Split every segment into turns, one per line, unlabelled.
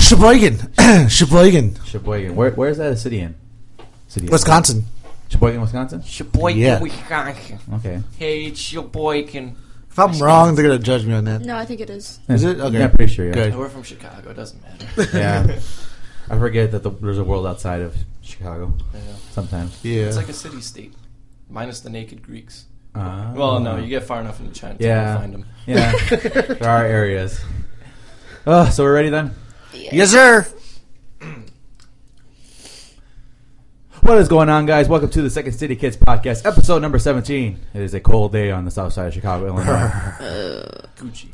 Sheboygan. Sheboygan.
Sheboygan. Where, where is that a city in? City in-
Wisconsin.
Sheboygan, Wisconsin?
It's your boy,
Yeah.
Wisconsin.
Okay.
Hey, it's your boy, can.
If I'm wrong, they're going to judge me on that.
No, I think it is.
Is it? Okay.
Yeah, I'm pretty sure, yeah.
Good.
We're from Chicago, it doesn't matter.
Yeah. I forget that the, there's a world outside of Chicago
Yeah.
sometimes.
Yeah.
It's like a city state, minus the naked Greeks.
Uh,
Well, no, you get far enough into Chinatown
Yeah.
to find them.
Yeah. there are areas. Oh, so we're ready then?
yes, sir.
What is going on, guys? Welcome to the Second City Kids Podcast, episode number 17. It is a cold day on the south side of Chicago, Illinois.
Uh,
Gucci.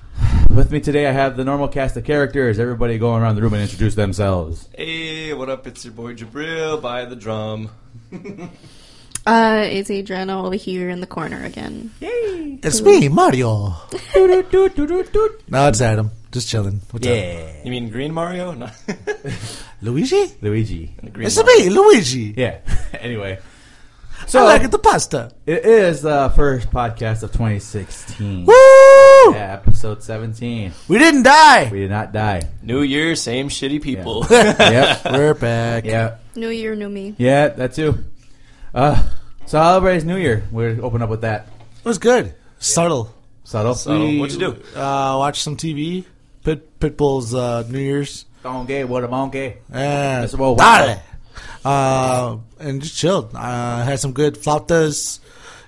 With me today, I have the normal cast of characters. Everybody go around the room and introduce themselves.
Hey, what up? It's your boy Jabril by the drum.
Uh, it's Adriana over here in the corner again.
It's me, Mario. no, it's Adam. Just chilling. What's up?
You mean Green Mario? No.
Luigi?
Luigi.
The green
It's
Mario.
me, Luigi.
Yeah. anyway,
So I like the pasta.
it is the first podcast of 2016.
Woo!
Yeah, episode 17.
We didn't die.
We did not die.
New year, same shitty people.
yep.
We're back.
Yep.
New year, new me.
Yeah, that too. Uh, so how everybody's New Year? We're open up with that.
It was good. Subtle.
Subtle.
So, what'd you do?
Uh, watch some TV. Pit Pitbull's uh, New Year's.
Donkey, what a monkey.
And
That's about
Dale. Uh, and just chilled. I uh, had some good flautas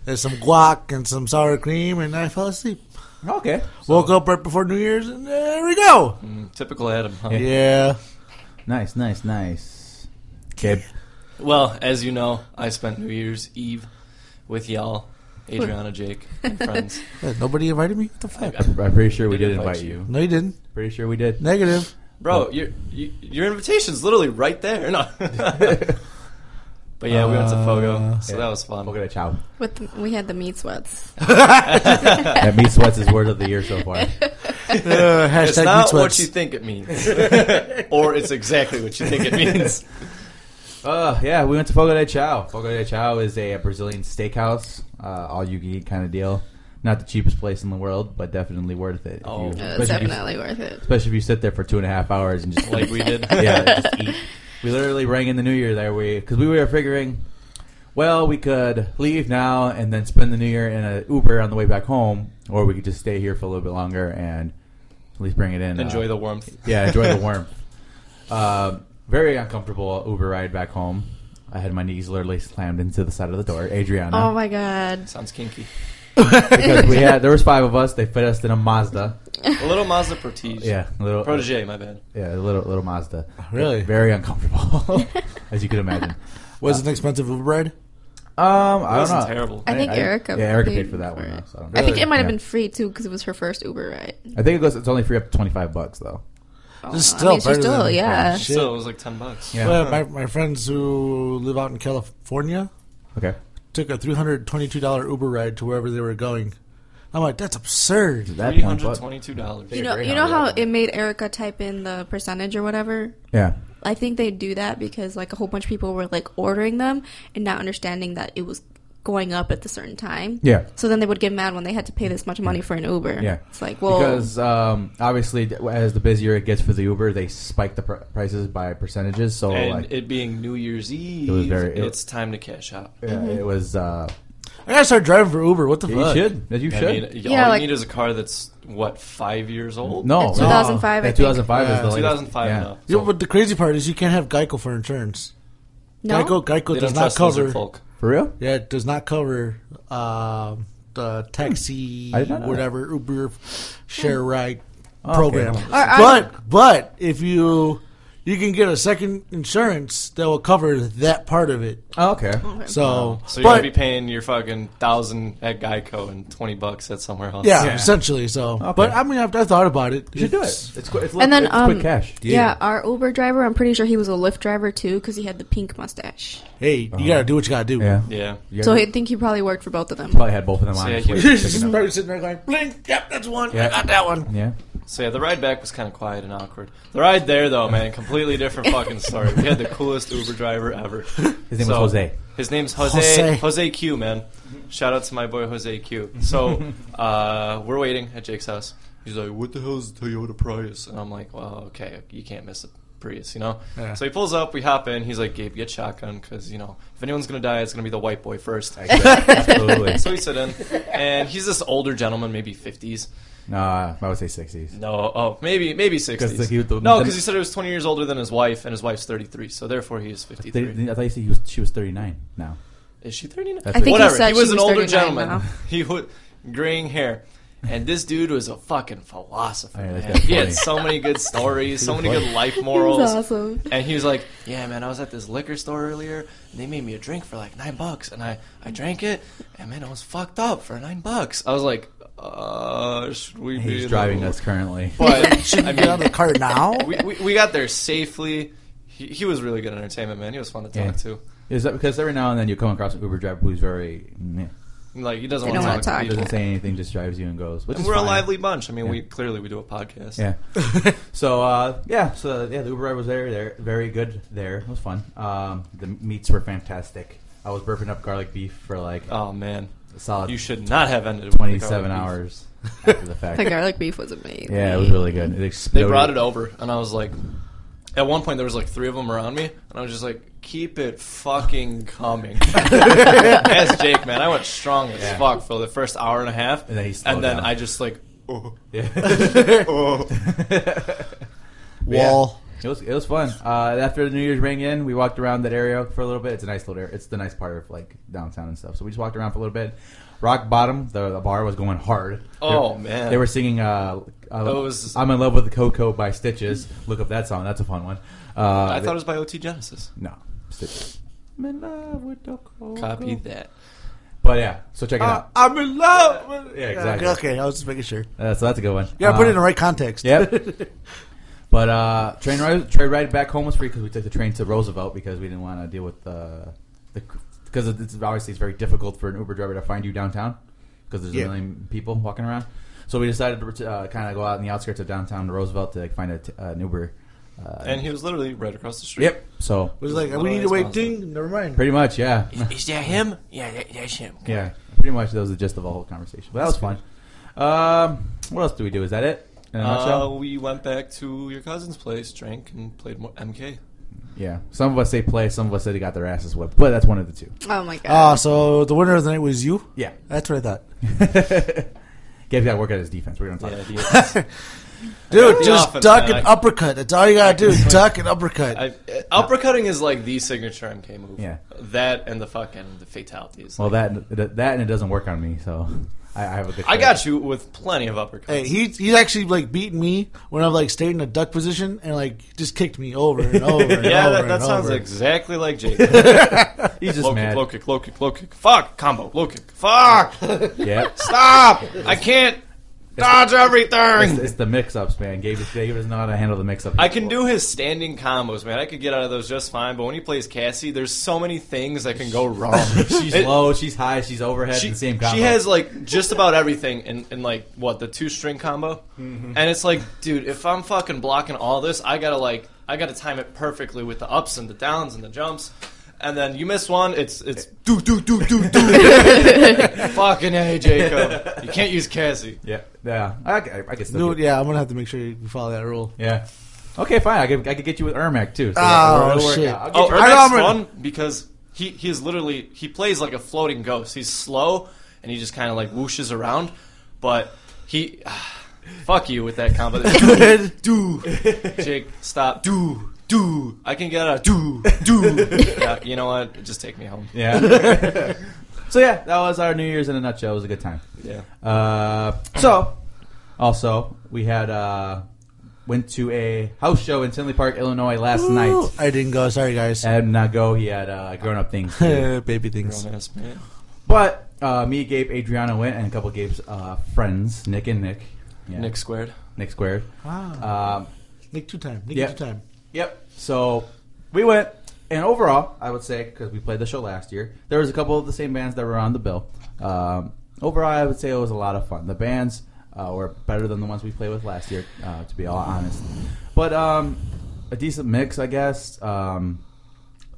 and some guac and some sour cream, and I fell asleep.
Okay.
Woke up right before New Year's, and there we go.
Mm, Typical Adam. Huh?
Yeah.
Nice, nice, nice. Okay.
Well, as you know, I spent New Year's Eve with y'all, Adriana, Jake, and friends.
Yeah, Nobody invited me? What the fuck?
I'm pretty sure we
Did
did
invite
invite
you.
you.
No, you didn't.
Pretty sure we did.
Negative.
Bro, your you, your invitation's literally right there. No. but yeah, we went to Fogo, so
Uh, Yeah.
that was fun.
Look at that child.
With the, we had the meat sweats.
That meat sweats is word of the year so far.
Uh, hashtag
It's not
meat
what
sweats.
you think it means, or it's exactly what you think it means.
Uh, yeah, we went to Fogo de Chao. Fogo de Chao is a uh, Brazilian steakhouse, uh, all you can eat kind of deal. Not the cheapest place in the world, but definitely worth it. if
Oh.
you-
Uh, it's
Uh,
especially
It's
if you-
definitely worth it.
Especially if you sit there for two and a half hours and just
Like we did.
yeah, just eat. We literally rang in the new year there. We because we were figuring, well, we could leave now and then spend the new year in a Uber on the way back home, or we could just stay here for a little bit longer and at least bring it in. uh,
Enjoy the warmth.
yeah, enjoy the warmth. Um, very uncomfortable Uber ride back home. I had my knees literally slammed into the side of the door. Adriana,
Oh my god.
Sounds kinky.
because we had there was five of us. They fit us in a Mazda.
A little Mazda Protege.
Yeah, a little
Protege, my bad.
Yeah, a little little Mazda.
Really?
very uncomfortable, as you can imagine.
Was it an expensive Uber ride?
Um, I
That
don't
wasn't
know.
terrible.
I think
I-
Erica.
yeah, Erica paid for that one,
it.
though, so I don't
I think
know.
it might have
Yeah.
been free too because it was her first Uber ride.
I think it goes. It's only free up to twenty five bucks though.
Oh,
This is
I
still
mean, she's
better
still,
than-
yeah.
Shit.
So it was like ten bucks.
Yeah.
Well, my, my friends who live out in California
Okay.
took a $322 Uber ride to wherever they were going. I'm like, that's absurd.
At
Three
That point,
hundred
but,
twenty-two dollars.
You know,
very
you know how
hungry.
it made Erica type in the percentage or whatever.
yeah.
I think they do that because like a whole bunch of people were like ordering them and not understanding that it was going up at the certain time.
Yeah.
So then they would get mad when they had to pay this much money for an Uber.
Yeah.
It's like, well,
because um, obviously, d- as the busier it gets for the Uber, they spike the pr- prices by percentages. So
And
like, it,
it being New Year's Eve,
was very- Oh, it-
it's time to cash out.
yeah,
Mm-hmm.
it was. Uh,
I gotta start driving for Uber. What the
you
fuck?
should. You
I
should.
mean, uh, all
Yeah,
you
like-
need is a car that's what five years old.
no,
It's 2005, I
No.
think.
Two thousand five
Yeah.
is the latest.
2005
Yeah.
now.
Yeah, but the crazy part is you can't have Geico for insurance.
no.
Geico, Geico
They don't
does not
trust lizard
cover.
folk.
For real?
Mm-hmm.
Yeah, it does not cover um, the taxi,
I did not know
whatever Uber share ride program.
Or are-
But but if you you can get a second insurance that will cover that part of it.
Oh, okay.
So,
So you're
but,
gonna be paying your fucking thousand at Geico and twenty bucks at somewhere else.
yeah,
Yeah.
essentially. So, but I mean, I've, i thought about it.
You should do it.
It's-
It's, quick- it's,
And then,
it's
um,
quick cash.
yeah, our Uber driver, I'm pretty sure he was a Lyft driver too because he had the pink mustache.
Hey, you gotta do what you gotta do.
Uh-huh. Yeah.
Yeah.
You
So
guys
I think he probably worked for both of them.
probably had both of them on.
yeah,
his way
you-
to picking up.
Probably sitting there going, blink. Yep, that's one.
Yeah.
I got that one.
Yeah.
So yeah, the ride back was kind of quiet and awkward. The ride there, though, man, completely different fucking story. We had the coolest Uber driver ever.
His name was Jose.
His name's Jose,
Jose.
Jose. Q, man. Shout out to my boy Jose Q. So uh, we're waiting at Jake's house. He's like, "What the hell is a Toyota Prius?" And I'm like, "Well, okay, you can't miss a Prius, you know."
Yeah.
So he pulls up. We hop in. He's like, "Gabe, get shotgun, because you know if anyone's gonna die, it's gonna be the white boy first.
Absolutely.
so we sit in, and he's this older gentleman, maybe fifties.
Nah, I would say 60s.
No, oh, maybe maybe 60s.
like, he was the-
no, because he said he was 20 years older than his wife, and his wife's 33, so therefore he is 53.
I thought you said he was, she was 39 now.
is she 39?
I think he
Whatever.
said
he was
she
an
was
older
39
gentleman.
now.
He would graying hair. And this dude was a fucking philosopher.
Yeah, that's
man. He
funny.
had so many good stories, so many good life morals.
was awesome.
And he was like, "Yeah, man, I was at this liquor store earlier, and they made me a drink for like nine bucks, and I I drank it, and man, I was fucked up for nine bucks." I was like, "Uh, should we be in
He's
the-
driving us currently.
But
Should
I
we
mean,
get out of the car now?
we, we, we got there safely. He, he was really good entertainment, man. He was fun to talk
Yeah.
to.
Is that because every now and then you come across an Uber driver who's very meh.
Like he doesn't
They
want to
don't
talk to
He
wanna talk.
people.
doesn't say anything, just drives you and goes. Which
And
is
we're a
fine.
lively bunch. I mean, we
Yeah.
clearly we do a podcast.
Yeah. So uh, yeah, so yeah, the Uber ride was there. There, very good. There, it was fun. Um, the meats were fantastic. I was burping up garlic beef for like
Oh man,
a solid
you should not have ended. with the
Uh, twenty-seven
garlic beef.
hours after the fact.
The garlic beef was amazing.
yeah, it was really good. It
They
exploded.
brought it over, and I was like, at one point there was like three of them around me, and I was just like, keep it fucking coming. As Jake, man, I went strong as
Yeah.
fuck for the first hour and a half,
And then he slowed
and then
down.
I just like, oh.
Yeah. Uh,
oh.
Wall.
It was it was fun. Uh, after the New Year's rang in, we walked around that area for a little bit. It's a nice little area. It's the nice part of like downtown and stuff. So we just walked around for a little bit. Rock Bottom, the, the bar was going hard.
Oh,
They-
man.
they were singing. Uh, uh,
That was-
I'm in love with Coco by Stitches. Look up that song. That's a fun one. Uh,
I thought it was by OT Genesis.
no Stitches. I'm in love with the Coco.
Copy that.
But yeah, so
Ah.
check it out.
Uh, I'm in love. with-
Yeah, exactly.
Okay, I was just making sure.
Uh, so that's a good one.
You gotta put it in
Uh,
the right context.
Yep. but uh, train ride train ride back home was free because we took the train to Roosevelt because we didn't want to deal with uh, the because it's obviously it's very difficult for an Uber driver to find you downtown because there's
Yeah.
a million people walking around. So we decided to uh, kind of go out in the outskirts of downtown Roosevelt to like, find a t- an Uber. Uh,
And he was literally right across the street.
yep. So
It was like,
Well,
we need to
it's
wait.
possible.
Ding. Never mind.
pretty much, yeah,
Is that him? Yeah, that, that's him.
yeah. Pretty much, that was the gist of the whole conversation. But that was fun. Um, what else do we do? Is that it? In a
Uh,
nutshell?
we went back to your cousin's place, drank, and played more MK.
yeah. Some of us say play. Some of us say they got their asses whipped. But that's one of the two.
Oh my god.
Ah, so the winner of the night was you.
Yeah.
That's what I thought.
Gabe's got to work at his defense. We're going to talk. about
Yeah, the- I-
Dude,
the
just
offense,
duck
man.
and
I-
uppercut. That's all you gotta do. Duck and uppercut.
uh, uppercutting is like the signature MK move.
Yeah.
That and the fucking the fatalities.
Well, that that and it doesn't work on me, so I, I have a good.
I got you with plenty of uppercuts.
hey, he he's actually like beaten me when I've like stayed in a duck position and like just kicked me over and over and
yeah,
over
that,
and
that sounds
over.
exactly like Jake. low
He's just
kick,
mad.
low kick, low kick, low kick. Fuck, combo, low kick. Fuck,
Yeah,
stop. I can't dodge
it's,
everything.
it's the mix-ups, man. Gabe, Gabe doesn't know how to handle the mix-up.
I can do his standing combos, man. I could get out of those just fine. But when he plays Cassie, there's so many things that can go wrong.
She's
It-
low. She's high. She's overhead.
she,
the same
she
combo.
has like just about everything in, in like what the two string combo,
Mm-hmm.
and it's like, dude, if I'm fucking blocking all this, I gotta like I gotta time it perfectly with the ups and the downs and the jumps, and then you miss one, it's it's do do do do do. fucking hey, Jacob, you can't use Cassie.
Yeah, yeah. I, I, I guess.
Dude, yeah, I'm gonna have to make sure you follow that rule.
yeah. Okay, fine. I could, I could get you with Ermac too. So
Oh,
it'll work
shit.
out. I'll get
Oh,
you-
I know I'm
Ermac's
gonna-
fun because he he is literally he plays like a floating ghost. He's slow and he just kind of like whooshes around, but he. Fuck you with that combo.
do
Jake, stop. Do, do. I can get a do, do. yeah, you know what? Just take me home.
yeah. so yeah, that was our New Year's in a nutshell. It was a good time.
Yeah.
Uh, so, also, we had uh, went to a house show in Tinley Park, Illinois last night.
I didn't go. Sorry, guys.
I did not go. He had uh, grown up things. to do.
Baby things.
Romance, man.
but uh, me, Gabe, Adriana went, and a couple of Gabe's uh, friends, Nick and Nick. Yeah.
Nick squared.
Nick Squared.
Ah.
Um,
Nick two time. Nick
Yeah.
two time.
Yep. So we went, and overall, I would say because we played the show last year, there was a couple of the same bands that were on the bill. Um, overall, I would say it was a lot of fun. The bands uh, or better than the ones we played with last year, uh, to be all honest. But um, a decent mix, I guess. Um,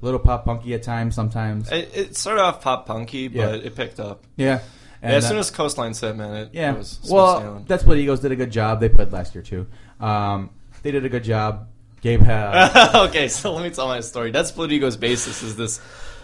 a little pop punky at times, sometimes.
It, it started off pop punky,
Yeah.
but it picked up.
yeah.
Yeah,
And,
as
uh,
soon as Coastline said, man, it,
Yeah.
it was smooth
well,
sailing.
that's what Eagles did a good job. They played last year too. Um, they did a good job. Gabe had
okay, so let me tell my story. That's Blue Ego's basis is this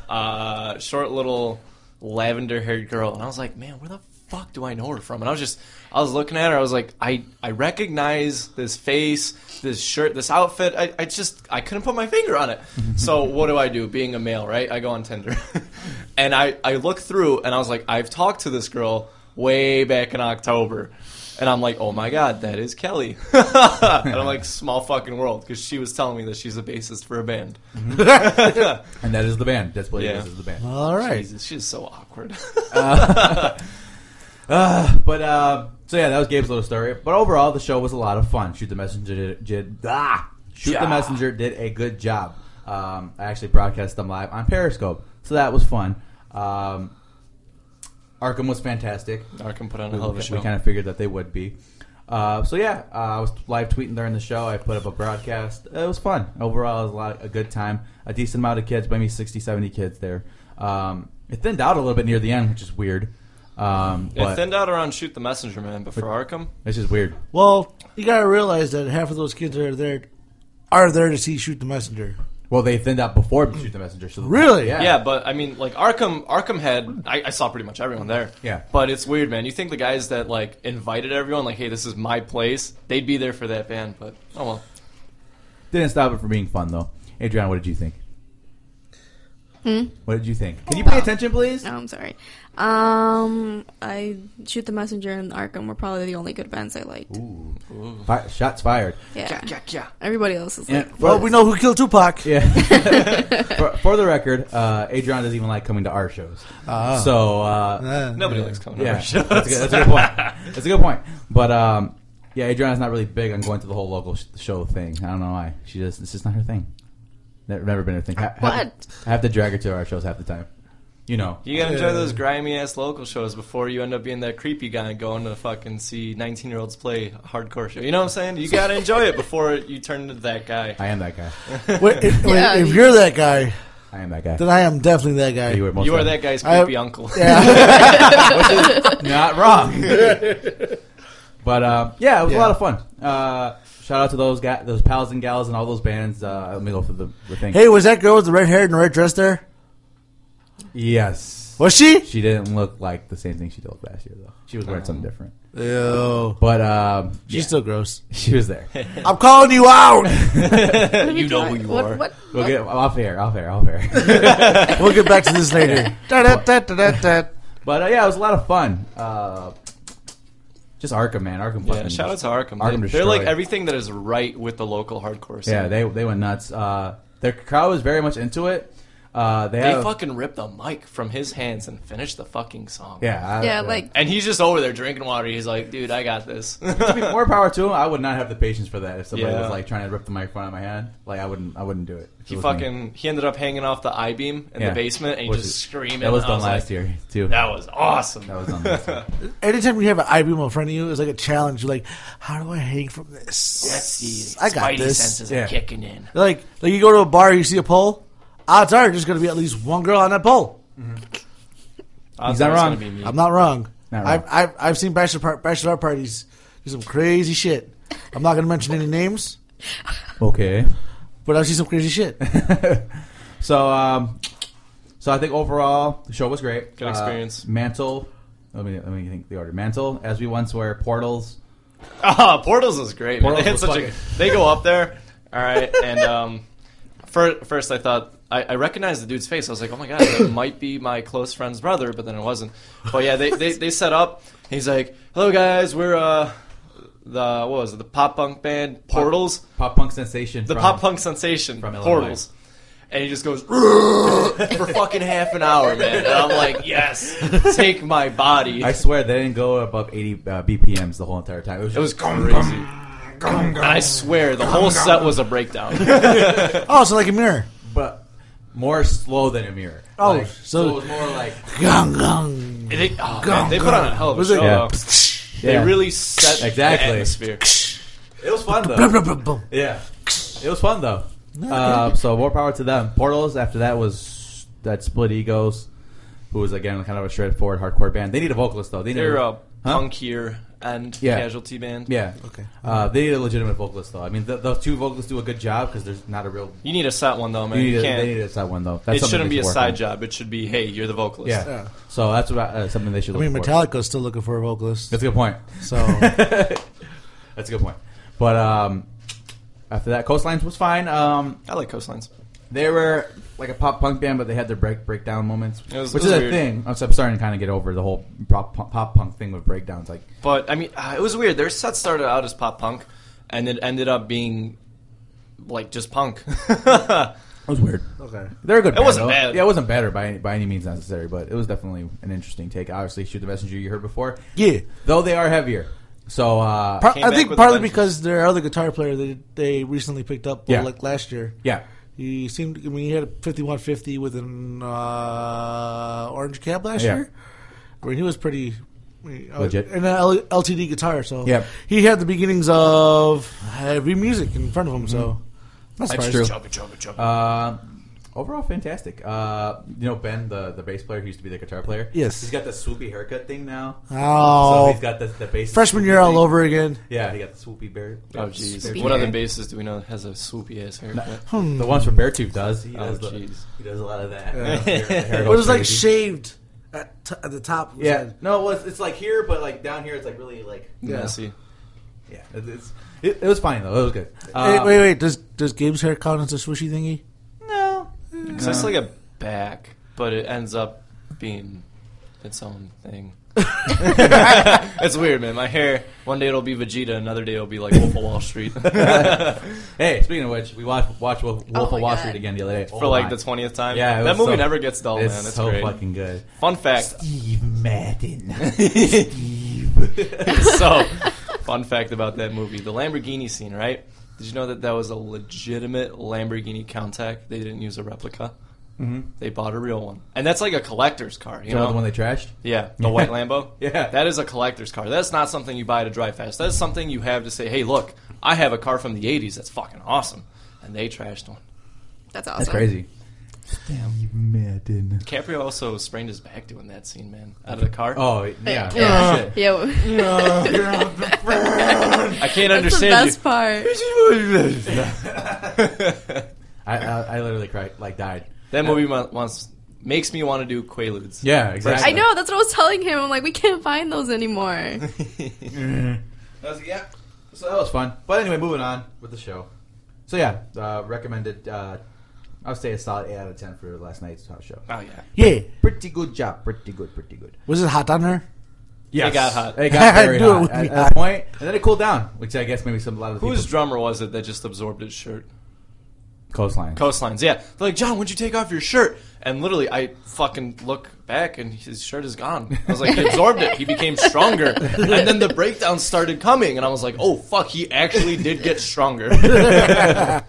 uh, short little lavender haired girl. And I was like, man, where the fuck do I know her from? And I was just, I was looking at her. I was like, I, I recognize this face, this shirt, this outfit. I, I just, I couldn't put my finger on it. so what do I do? Being a male, right? I go on Tinder. and I, I look through and I was like, I've talked to this girl way back in October. And I'm like, oh my god, that is Kelly. and I'm like, small fucking world, because she was telling me that she's a bassist for a band.
Mm-hmm. and that is the band. That's what
Yeah.
Eagles is the band.
All right.
Jesus, she's so awkward.
Uh, but uh, so yeah, that was Gabe's little story. But overall, the show was a lot of fun. Shoot the messenger did, did ah, shoot the
Yeah.
messenger did a good job. Um, I actually broadcast them live on Periscope, so that was fun. Um, Arkham was fantastic.
I can put on a
we,
hell of a show.
kind of figured that they would be. Uh, so yeah, uh, I was live tweeting during the show. I put up a broadcast. It was fun overall. It was a lot, a good time. A decent amount of kids, maybe 60, 70 kids there. Um, it thinned out a little bit near the end, which is weird. Um,
it
but
thinned out around Shoot the Messenger, man, but for Arkham,
it's just weird.
Well, you gotta realize that half of those kids that are there are there to see shoot the messenger.
Well, they thinned out before shoot the messenger. So
Really?
yeah,
yeah, but I mean, like Arkham, Arkham had I, I saw pretty much everyone there.
Yeah.
but it's weird, man. You think the guys that like invited everyone, like, hey, this is my place, they'd be there for that band, but oh well.
didn't stop it from being fun though. Adrian, what did you think? What did you think? Can you pay attention, please?
Hmm? No, Oh, I'm sorry. Um, I shoot the messenger and Arkham were probably the only good bands I liked.
Ooh. Fi- shots fired.
Yeah.
Yeah, yeah.
Everybody else is
And
like,
Well, we know who killed Tupac.
Yeah. for, for the record, uh, Adrian doesn't even like coming to our shows.
Ah.
So uh,
Uh,
Nobody likes coming to
yeah,
our
that's a,
shows.
good, that's a good point. That's a good point. But um, yeah, Adriana's not really big on going to the whole local sh- show thing. I don't know why. She just it's just not her thing. Ne- Never been her thing. Ha- Have
What?
to, I have to drag her to our shows half the time. You know.
You gotta enjoy
Yeah.
those grimy ass local shows before you end up being that creepy guy and going to fucking see 19 year olds play a hardcore show. You know what I'm saying? You gotta enjoy it before you turn into that guy.
I am that guy.
wait, if, wait,
Yeah.
if you're that guy,
I am that guy.
then I am definitely that guy.
You are, most
You are
of-
that guy's
I-
creepy uncle.
yeah.
Not wrong. but uh, yeah, it was a
Yeah.
lot of fun. Uh, shout out to those guys, those pals and gals, and all those bands. Uh, let me go through the, the thing.
hey, was that girl with the red hair and the red dress there?
Yes,
Was she?
she didn't look like the same thing she looked last year though. She was wearing something different.
Ew.
But um,
She's Oh. still gross.
she was there.
I'm calling you out.
what are
you know
doing?
who you
what,
are.
What?
We'll
what?
get off air, off air, off air.
we'll get back to this later. Da-da-da-da-da-da.
but uh, yeah, it was a lot of fun. Uh, just Arkham, man. Arkham.
Yeah,
fucking-
shout out to Arkham.
Arkham
They- They're like
destroyed.
everything that is right with the local hardcore scene.
Yeah, they they went nuts. Uh, their crowd was very much into it. Uh, they,
They
have,
fucking ripped the mic from his hands and finished the fucking song.
yeah, I-
Yeah, like
And he's just over there drinking water. He's like, dude, I got this.
more power to him. I would not have the patience for that if somebody
Yeah.
was like trying to rip the microphone out of my hand. Like I wouldn't, I wouldn't do it. if
he
it was me.
fucking he ended up hanging off the I beam in
Yeah.
the basement and he
Which
just
is-
screaming.
That was
I
done last
like,
year too.
That was awesome.
That was done last year.
Anytime you have an I-beam in front of you, it's like a challenge. You're like, how do I hang from this?
Let's see.
I got
Spidey
this.
senses
Yeah.
are kicking in.
Like, like you go to a bar, you see a pole. Odds are there's going to be at least one girl on that pole.
He's
not wrong.
I'm not wrong.
Not
I've,
wrong.
I've, I've seen bachelor par- bachelor parties do some crazy shit. I'm not going to mention any names,
Okay.
but I've seen some crazy shit.
So, um, so I think overall the show was great.
Good experience.
Uh, Mantle. Let me let me think the order. Mantle, as we once were. Portals.
Ah, Portals is great. Man.
Portals
They, had
was
such
fucking-
a, they go up there, all right, and um, fir- first I thought I, I recognized the dude's face. I was like, oh my god, that might be my close friend's brother, but then it wasn't. But yeah, they they, they set up. He's like, hello guys, we're uh the what was it the pop punk band Portals,
Pop punk sensation.
the
from-
pop punk sensation
from Illinois.
Portals. And he just goes for fucking half an hour, man. And I'm like, yes, take my body.
I swear they didn't go above 80 uh, BPMs the whole entire time. It was,
It was crazy. And I swear, the whole set was a breakdown.
oh, so like a mirror.
but more slow than a mirror.
Oh,
Like,
so-
it was more like
Gong, gong.
They, oh, man, they put on a hell of a
Was it-
show.
Yeah.
though.
Yeah.
They really set
Exactly.
the atmosphere.
It was fun
Boom,
though.
boom, boom, boom.
yeah, it was fun though. Uh, so more power to them. Portals after that was that split egos, who was again kind of a straightforward hardcore band. They need a vocalist though. They need
They're uh,
a
a punkier and
Yeah.
casualty band.
Yeah.
Okay.
Uh, they need a legitimate vocalist though. I mean, th those two vocalists do a good job because there's not a real.
You need a set one though, man.
You
You,
need a, they
can't.
need a side one though. That's
it
something
shouldn't
they
be a
should work
side
on.
job. It should be, hey, you're the vocalist.
Yeah.
Yeah.
So that's about, uh, something they should.
I mean,
look for.
Metallica's still looking for a vocalist.
That's a good point.
So
That's a good point. But um, after that, Coastlines was fine. Um,
I like coastlines.
they were like a pop punk band, but they had their break breakdown moments,
It was-
which
it
is
was
a
weird.
thing. I'm, I'm starting to kind of get over the whole pop, pop punk thing with breakdowns. Like,
But I mean, uh, it was weird. Their set started out as pop punk, and it ended up being like just punk.
it was weird.
okay.
They're a good. It band,
wasn't
though.
bad.
Yeah, it wasn't bad or by any, by any means necessary, but it was definitely an interesting take. Obviously, shoot the messenger you heard before,
Yeah.
though they are heavier. So uh,
Par-
Came
I
back
think
with a
partly
vengeance.
because their other guitar player that they recently picked up, well,
Yeah.
like last year,
yeah,
he seemed. I mean, he had a fifty-one fifty with an uh, orange cab last
Yeah.
year. I mean, he was pretty I mean, uh,
Legit.
and an L- LTD guitar. So
Yep.
he had the beginnings of heavy music in front of him. So that's
That's true.
chubby, chubby, chubby.
Uh, overall, fantastic. Uh, you know Ben, the the bass player who used to be the guitar player.
Yes.
he's got the swoopy haircut thing now. so
Oh,
he's got the, the bass.
freshman
swoopy
year all
thing.
over again.
Yeah, he got the swoopy bear.
oh jeez.
Swoopy
What
hair.
other bassist do we know that has a swoopy ass haircut?
Hmm.
The ones from Beartooth does. He
Oh,
does the-
jeez.
he does a lot of that.
Yeah.
The hair- the hair
But it
goes
was like
crazy.
shaved at, t- at the top. of his
Yeah,
head.
no, it was, it's like here, but like down here, it's like really like
Yeah.
Messy.
yeah. It, it's, it, it was fine though. It was good.
Hey,
Um,
wait, wait. Does does Gabe's hair count as a swishy thingy?
No,
'Cause it's like a back, but it ends up being its own thing. it's weird, man. My hair. One day it'll be Vegeta, another day it'll be like Wolf of Wall Street.
hey, speaking of which, we watched watched Wolf, Wolf
my
of Wall
God.
Street again the other day
Oh
Oh
for like the twentieth time.
Yeah, it
that
was
movie
so-
never gets dull,
It's
man. It's
so
great.
fucking good.
Fun fact.
Steve Madden.
so, fun fact about that movie: the Lamborghini scene, right? Did you know that that was a legitimate Lamborghini Countach? They didn't use a replica.
Mhm.
They bought a real one, and that's like a collector's car. You
You know
know
the one they trashed?
Yeah, the white Lambo.
Yeah.
that is a collector's car. That's not something you buy to drive fast. That's something you have to say, "Hey, look, I have a car from the '80s that's fucking awesome," and they trashed one.
That's awesome.
That's crazy. Steve Madden.
Caprio also sprained his back doing that scene, man, out of the car.
Oh yeah.
Yeah. Yeah.
I can't
That's the
understand
best part.
you.
I, I I literally cried like died.
that movie wa- wants makes me want to do Quaaludes.
Yeah, exactly.
I know. That's what I was telling him. I'm like, we can't find those anymore.
I was like, yeah. So that was fun. But anyway, moving on with the show. So yeah, uh, recommended. Uh, I would say a solid eight out of ten for last night's house show.
Oh yeah.
Yeah.
Pretty good job. Pretty good. Pretty good.
Was it hot on her?
Yeah,
It got hot.
It got very
Dude, it
hot
would
at,
be
at
hot.
that point, and then it cooled down, which I guess maybe some a lot of the
Whose
people
drummer was it that just absorbed his shirt?
coastline.
Coastlines. Yeah. They're like, John, when'd you take off your shirt? And literally, I fucking look back and his shirt is gone. I was like, he absorbed it. He became stronger. And then the breakdown started coming, and I was like, oh fuck, he actually did get stronger.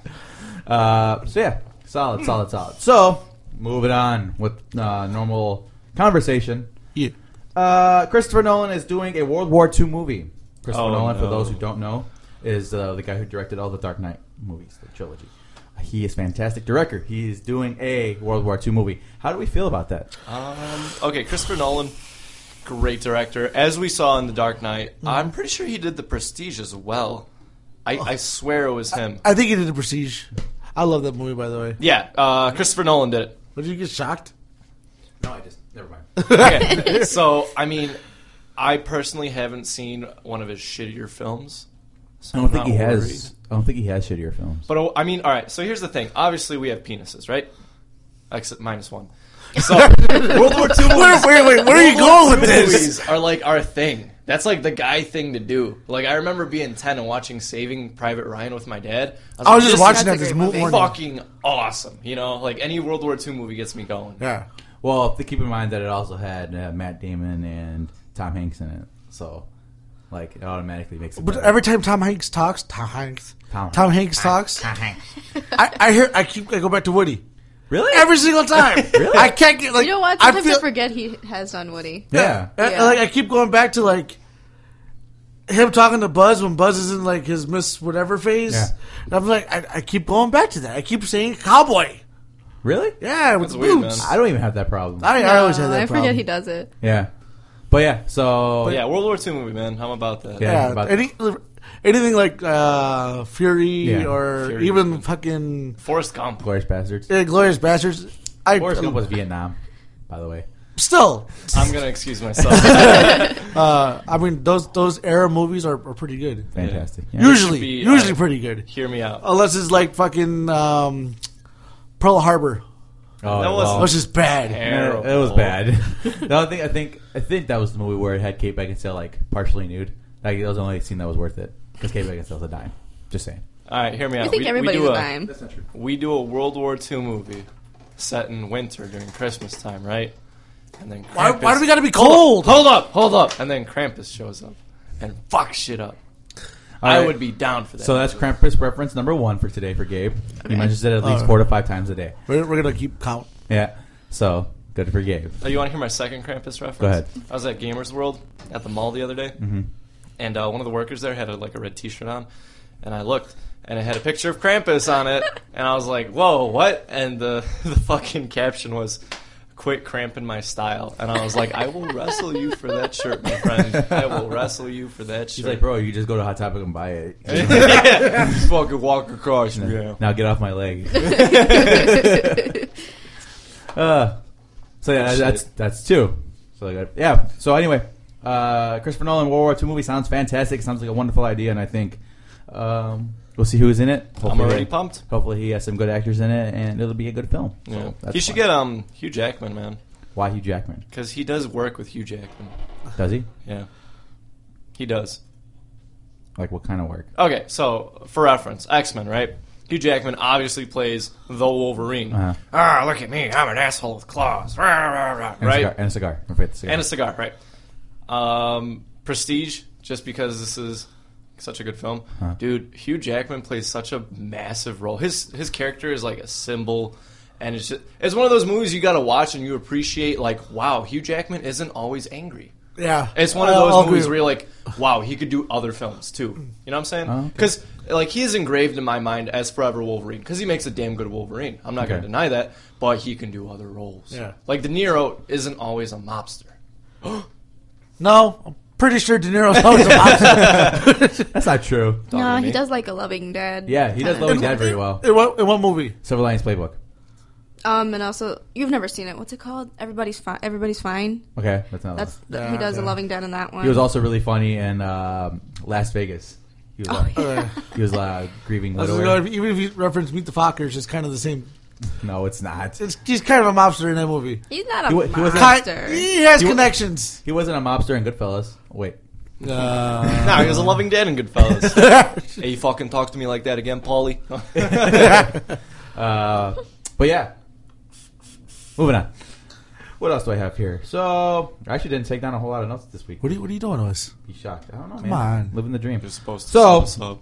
Uh, so yeah, solid, solid, solid. So moving on with uh, normal conversation.
Yeah.
Uh, Christopher Nolan is doing a World War II movie. Christopher
Oh,
Nolan, for
no.
those who don't know, is uh, the guy who directed all the Dark Knight movies, the trilogy. He is fantastic director. He is doing a World War II movie. How do we feel about that?
Um, okay, Christopher Nolan, great director. As we saw in The Dark Knight,
Mm-hmm.
I'm pretty sure he did The Prestige as
Oh.
well. I, I swear it was him.
I think he did the Prestige. I love that movie, by the way.
yeah, uh, Christopher Nolan did it.
But did you get shocked?
No, I just never mind.
Okay. so, I mean, I personally haven't seen one of his shittier films. So
I don't
I'm
think
not
he
worried.
has. I don't think he has shittier films.
But uh, I mean, all right. So here's the thing. Obviously, we have penises, right? Except minus one. So World War II movies,
Wait, wait, where are you going with this?
movies are like our thing. That's like the guy thing to do. Like I remember being ten and watching Saving Private Ryan with my dad.
I was just
"This
watching that
That's
this
a great
movie.
movie.
is
morning.
Fucking awesome, you know. Like any World War II movie gets me going.
Yeah.
Well, to keep in mind that it also had uh, Matt Damon and Tom Hanks in it, so like it automatically makes. It
But
better.
every time Tom Hanks talks, Tom Hanks,
Tom-
Tom, Hanks talks, I, I hear, I keep, I go back to Woody
really,
every single time.
Really?
I can't get like,
You know what?
I
Sometimes I,
feel,
forget he has done Woody.
yeah.
I- I-
Yeah.
like I keep going back to like, him talking to Buzz when Buzz is in like his Miss Whatever phase.
Yeah.
And I'm like, I, I keep going back to that. I keep saying cowboy.
Really?
Yeah, with
That's
the
weird,
boots.
man.
I don't even have that problem.
I, I always had
No,
that.
I
problem.
forget he does it.
yeah. But yeah, so
yeah, World War II movie, man. I'm about that.
Yeah.
Yeah,
about-
any, anything like uh, Fury
Yeah,
or
Fury
even
was good.
fucking
Forrest Gump.
Glorious Bastards.
yeah, Glorious Bastards. I
Forrest Gump was Vietnam, by the way.
still.
I'm gonna excuse myself.
Uh, I mean, those those era movies are, are pretty good.
Fantastic. Yeah.
Usually,
be,
usually
uh,
pretty good.
Hear me out.
Unless it's like fucking um, Pearl Harbor.
Oh,
That was-
That was just bad.
Yeah, It was bad. no, I think I think I think that was the movie where it had Kate Beckinsale like partially nude. Like that was the only scene that was worth it because Kate Beckinsale's a dime. Just saying.
All right, hear me out.
I think
we,
everybody's
we do
a dime.
not true.
We do a World War II movie set in winter during Christmas time, right? And then Krampus,
Why, why do we gotta be cold?
hold up, hold up, and then Krampus shows up and fucks shit up. I
right.
would be down for that.
So that's Krampus reference number one for today for Gabe. He mentions it at least
Alright.
four to five times a day.
We're, we're gonna keep count.
Yeah. So good for Gabe.
Oh, you want to hear my second Krampus reference?
Go ahead.
I was at Gamers World at the mall the other day,
Mm-hmm.
and uh, one of the workers there had a, like a red T-shirt on, and I looked, and it had a picture of Krampus on it, and I was like, "Whoa, what?" And the the fucking caption was. Quit cramping my style, and I was like, "I will wrestle you for that shirt, my friend. I will wrestle you for that
She's
shirt."
like, bro, you just go to Hot Topic and buy it.
yeah. Just fucking walk across. Yeah.
Now get off my leg. uh, so yeah,
Shit.
that's that's two. So like, uh, yeah. So anyway, uh, Christopher Nolan World War II movie sounds fantastic. Sounds like a wonderful idea, and I think um, we'll see who's in it.
I'm already
he-
pumped.
Hopefully, he has some good actors in it, and it'll be a good film. So
Yeah.
that's
He should
why.
get um Hugh Jackman, man,
why Hugh Jackman?
because he does work with Hugh Jackman.
Does he?
Yeah, he does.
Like what kind of work?
Okay, so for reference, X Men, right? Hugh Jackman obviously plays the Wolverine.
Uh-huh.
Ah, look at me, I'm an asshole with claws. Rah, rah, rah,
And a cigar,
right?
and a cigar. Don't forget the cigar.
And a cigar, right? Um, Prestige, just because this is such a good film,
Huh.
dude. Hugh Jackman plays such a massive role. His his character is like a symbol, and it's just, it's one of those movies you got to watch and you appreciate. Like, wow, Hugh Jackman isn't always angry.
Yeah,
It's one of
Oh,
I'll-
those
I'll
movies
agree.
where you're like, wow, he could do other films too. You know what I'm
Oh,
saying?
okay.
Because like he is engraved in my mind as forever Wolverine because he makes a damn good Wolverine. I'm not going
Okay.
to deny that, but he can do other roles.
Yeah.
Like De Niro isn't always a mobster.
No, I'm pretty sure De Niro's always a mobster.
That's not true.
No,
to
he
me.
does like a loving dad.
Yeah, he does
kinda.
Loving Dad very well.
in, what, in what movie?
Silver Linings Playbook.
Um, and also you've never seen it. What's it called? Everybody's fine. Everybody's fine.
Okay, that's not.
That's
Yeah,
he does
yeah.
a loving dad in that one.
He was also really funny in um, Las Vegas. He was,
Oh,
uh,
yeah.
he was uh, grieving
I was
widower.
gonna- even if you reference Meet the Fockers, it's kind of the same.
No, it's not.
It's he's kind of a mobster in that movie.
He's not a
He wa- he was a-
Kind-
monster.
he has
You-
connections.
He wasn't a mobster in Goodfellas. Wait,
Uh,
No, he was a loving dad in Goodfellas. hey, you fucking talk to me like that again, Paulie.
uh, but yeah. Moving on. What else do I have here? So I actually didn't take down a whole lot of notes this week.
what are you What are you doing to us?
Be shocked. I don't know, man.
on.
Living the dream.
You're supposed to
So-
set us up.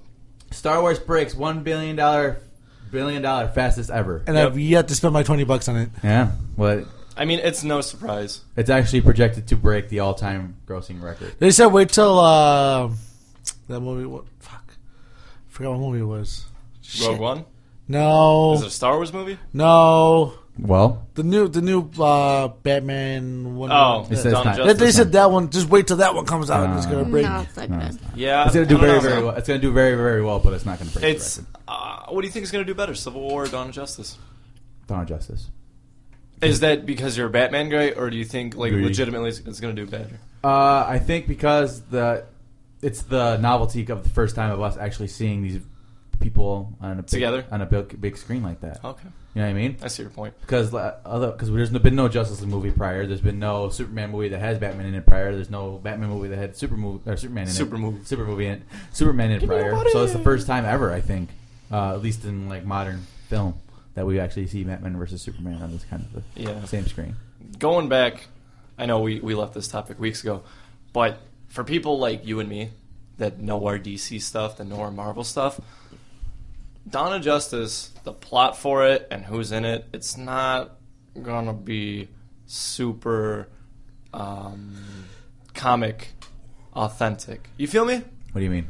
Star Wars breaks one billion dollar, billion dollar fastest ever.
And
Yep.
I've yet to spend my twenty bucks on it.
Yeah. Well,
I mean, it's no surprise.
it's actually projected to break the all-time grossing record.
They said wait till uh, that movie. What fuck? forgot what movie it was. Shit.
Rogue One
No,
is it a Star Wars movie?
no.
Well,
The new the new uh, Batman. One
Oh,
It says
Dawn
not-
of
Uh,
They,
Justice.
they said that one. Just wait till that one comes out. and it's gonna break.
No, it's not
No,
good.
it's
Yeah,
it's gonna
I
do
don't
very,
know.
very well. It's gonna do very, very well, but it's not gonna break
It's
the record.
uh, what do you think is going to do better, Civil War or Dawn of Justice?
Dawn of Justice.
Is that because you're a Batman guy, or do you think like
Really?
legitimately it's, it's going to do better?
Uh, I think because the it's the novelty of the first time of us actually seeing these people on a big,
Together?
on a big, big screen like that.
Okay,
You know what I mean?
I see your point.
Because because there's been no Justice League movie prior. There's been no Superman movie that has Batman in it prior. There's no Batman movie that had Super movie or Superman in
Super
it.
movie.
Super movie in Superman in it
Give me your
prior.
body.
So it's the first time ever, I think, uh, at least in like modern film, that we actually see Batman versus Superman on this kind of the
Yeah.
same screen.
Going back, I know we we left this topic weeks ago, but for people like you and me that know our DC stuff, that know our Marvel stuff, Dawn of Justice, the plot for it and who's in it, it's not gonna be super um, comic authentic. You feel me?
What do you mean?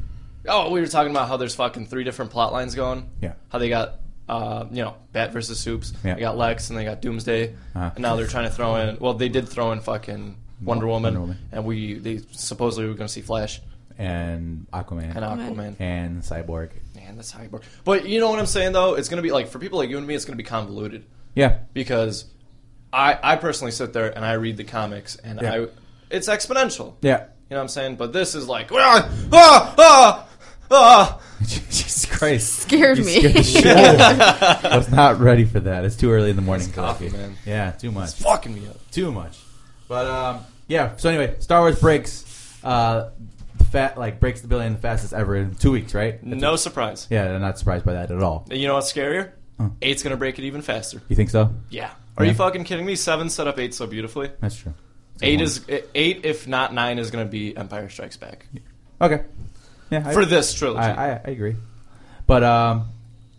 Oh, we were talking about how there's fucking three different plot lines going.
Yeah.
How they got, uh, you know, Bat versus Soups.
Yeah.
They got Lex and they got Doomsday.
Uh-huh.
And now they're trying to throw in. Well, they did throw in fucking Wonder Woman.
Wonder Woman.
And we they supposedly were going to see Flash
And Aquaman.
and
Aquaman.
Aquaman.
and Cyborg.
Man, that's how you work. But you know what I'm saying though. It's going to be like for people like you and me, it's going to be convoluted
Yeah.
because I I personally sit there and I read the comics and
Yeah.
I it's exponential.
Yeah.
You know what I'm saying? But this is like ah ah ah. ah.
Jesus Christ.
Scared
You
me.
scared the shit out of me. I was not ready for that. It's too early in the morning.
It's coffee, man.
Yeah, too much.
It's fucking me up.
too much. But um, yeah. So anyway, Star Wars breaks uh, the fat like breaks the billion the fastest ever in two weeks, right? That's
No
it.
surprise.
Yeah, I'm not surprised by that at all.
And You know what's scarier?
Huh.
Eight's gonna break it even faster.
You think so?
Yeah. Are
Yeah.
you fucking kidding me? Seven set up eight so beautifully.
That's true. That's a good
Eight
one.
is eight, if not nine, is gonna be Empire Strikes Back
okay. Yeah, I-
for this trilogy.
I, I, I agree. But um,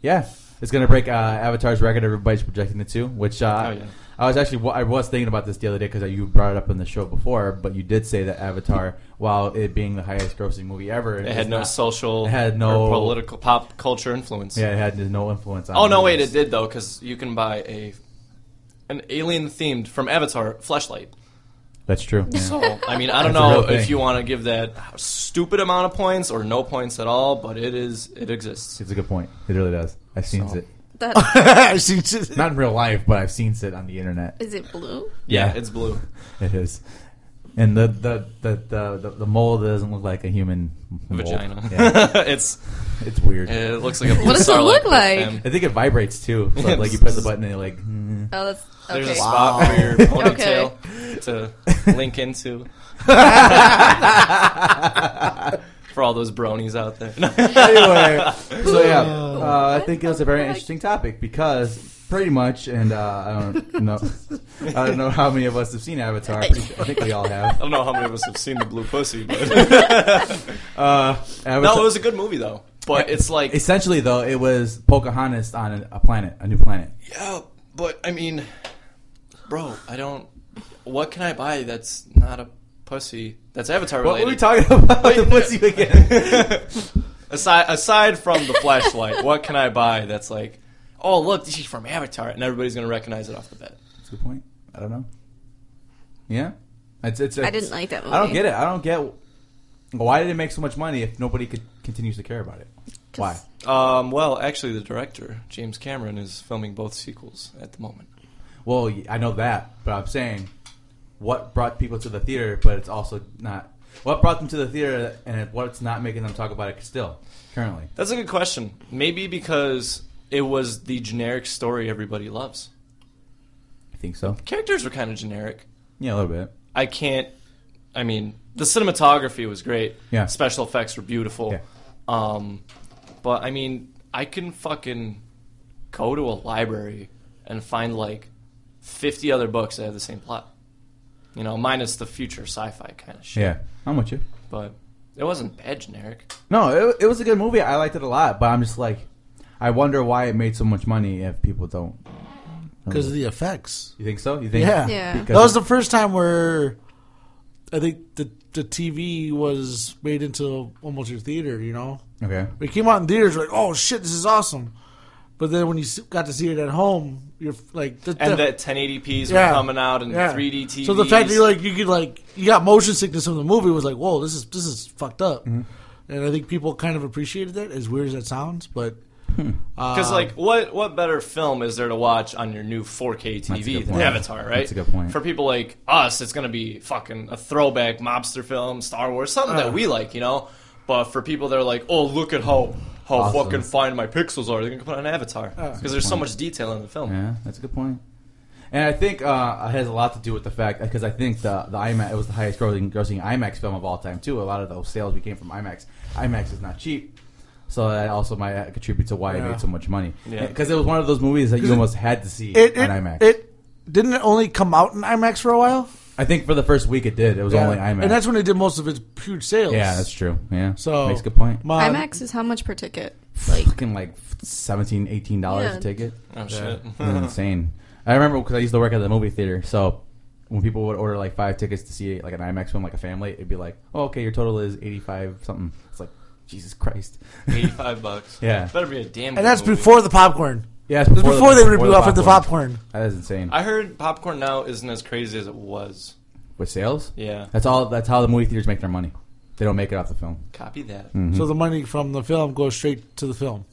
yeah, it's gonna break uh, Avatar's record. Everybody's projecting it to, which uh,
Oh, yeah.
I was actually I was thinking about this the other day because you brought it up in the show before, but you did say that Avatar, while it being the highest grossing movie ever,
it had no social,
it had no-
or political pop culture influence.
yeah, it had no influence. on
Oh no, wait,
movies.
it did though, because you can buy a an alien themed from Avatar flashlight.
That's true. yeah.
So I mean, I don't
That's a
know
real
if
thing.
you want to give that stupid amount of points or no points at all, but it is it exists.
it's a good point. It really does. I've seen
So-
it
That
She just-
not in real life, but I've seen it on the internet.
is it blue?
Yeah.
it's blue.
It is. And the the, the, the, the, the mole doesn't look like a human mole.
Vagina.
Yeah.
it's
it's weird.
it looks like a. Blue
What does it
starlight
look
pit,
like?
man.
I think it vibrates too. So like you press the button and it like. mm.
Oh, that's okay.
There's a spot for your
Wow.
Ah, ponytail to link into for all those bronies out there.
anyway, so yeah,
Oh.
uh, I think it was a very interesting topic because pretty much, and uh, I don't know, I don't know how many of us have seen Avatar. I think we all
I
have.
don't know how many of us have seen the blue pussy, but
Uh, Avatar,
no, it was a good movie though. But it's like,
essentially though it was Pocahontas on a planet, a new planet.
yeah, but I mean, bro, I don't. What can I buy that's not a pussy? That's Avatar
What
related.
were we talking about?
Wait,
the
no.
pussy again.
aside aside from the flashlight, what can I buy that's like, oh look, she's from Avatar, and everybody's gonna recognize it off the bat.
That's a good point. I don't know. Yeah, it's, it's,
I didn't like that movie.
I don't get it. I don't get why did it make so much money if nobody could continues to care about it. Why?
Um, well, actually, the director James Cameron is filming both sequels at the moment.
Well, y- I know that, but I'm saying what brought people to the theater, but it's also not what brought them to the theater, and what's not making them talk about it still currently.
That's a good question. Maybe because it was the generic story everybody loves.
I think so.
Characters were kind of generic.
Yeah, a little bit.
I can't. I mean, the cinematography was great.
Yeah.
Special effects were beautiful.
Yeah.
Um, but I mean, I can fucking go to a library and find like fifty other books that have the same plot. You know, minus the future sci-fi kind of shit.
Yeah, I'm with you.
But it wasn't bad generic.
No, it, it was a good movie. I liked it a lot, but I'm just like, I wonder why it made so much money if people don't.
Because of the effects.
You think so? You think?
Yeah.
Yeah.
That was the first time where I think the the TV was made into almost your theater, you know?
okay.
When it came out in theaters, you're like, oh shit, this is awesome. But then when you s- got to see it at home, you're f- like, the,
And
the-
that 1080p's
Yeah.
were coming out and
yeah.
3D TVs.
So the fact that you like you could like you got motion sickness from the movie was like, whoa, this is this is fucked up.
Mm-hmm.
And I think people kind of appreciated that, as weird as that sounds, but
Hmm.
uh,
Because like,
"Ah."
what what better film is there to watch on your new 4K
a good
TV than
point.
Avatar? Right.
That's a good point.
For people like us, it's gonna be fucking a throwback mobster film, Star Wars, something
Uh.
that we like, you know. But for people that are like, oh, look at how how
Awesome.
fucking fine my pixels are, they're gonna put on Avatar
Uh.
because there's so much detail in the film.
Yeah, that's a good point. And I think uh, it has a lot to do with the fact because I think the the IMAX it was the highest grossing, grossing IMAX film of all time too. A lot of those sales became from IMAX. IMAX is not cheap, so that also might contribute to why it
Yeah.
made so much money.
Yeah.
Because it was one of those movies that you almost had to see
it
on
it,
IMAX.
it didn't it only come out in IMAX for a while.
I think for the first week it did. It was only IMAX.
and that's when they did most of its huge sales.
yeah, that's true. Yeah,
So
makes a good point.
my-
IMAX is how much per ticket? Like
Fucking like 17 18 dollars
Yeah.
a ticket.
Oh shit.
It was insane. I remember because I used to work at the movie theater, so when people would order like five tickets to see like an IMAX film, like a family, it'd be like, oh, okay, your total is eighty five something. It's like Jesus Christ.
85 bucks.
Yeah.
Better be a damn good
And that's
movie.
before the popcorn.
yeah, it's
It was before,
the-
they would be off at the
popcorn.
popcorn.
That is insane.
I heard popcorn now isn't as crazy as it was.
With sales,
Yeah.
that's all. That's how the movie theaters make their money. They don't make it off the film.
Copy that.
Mm-hmm.
So the money from the film goes straight to the film.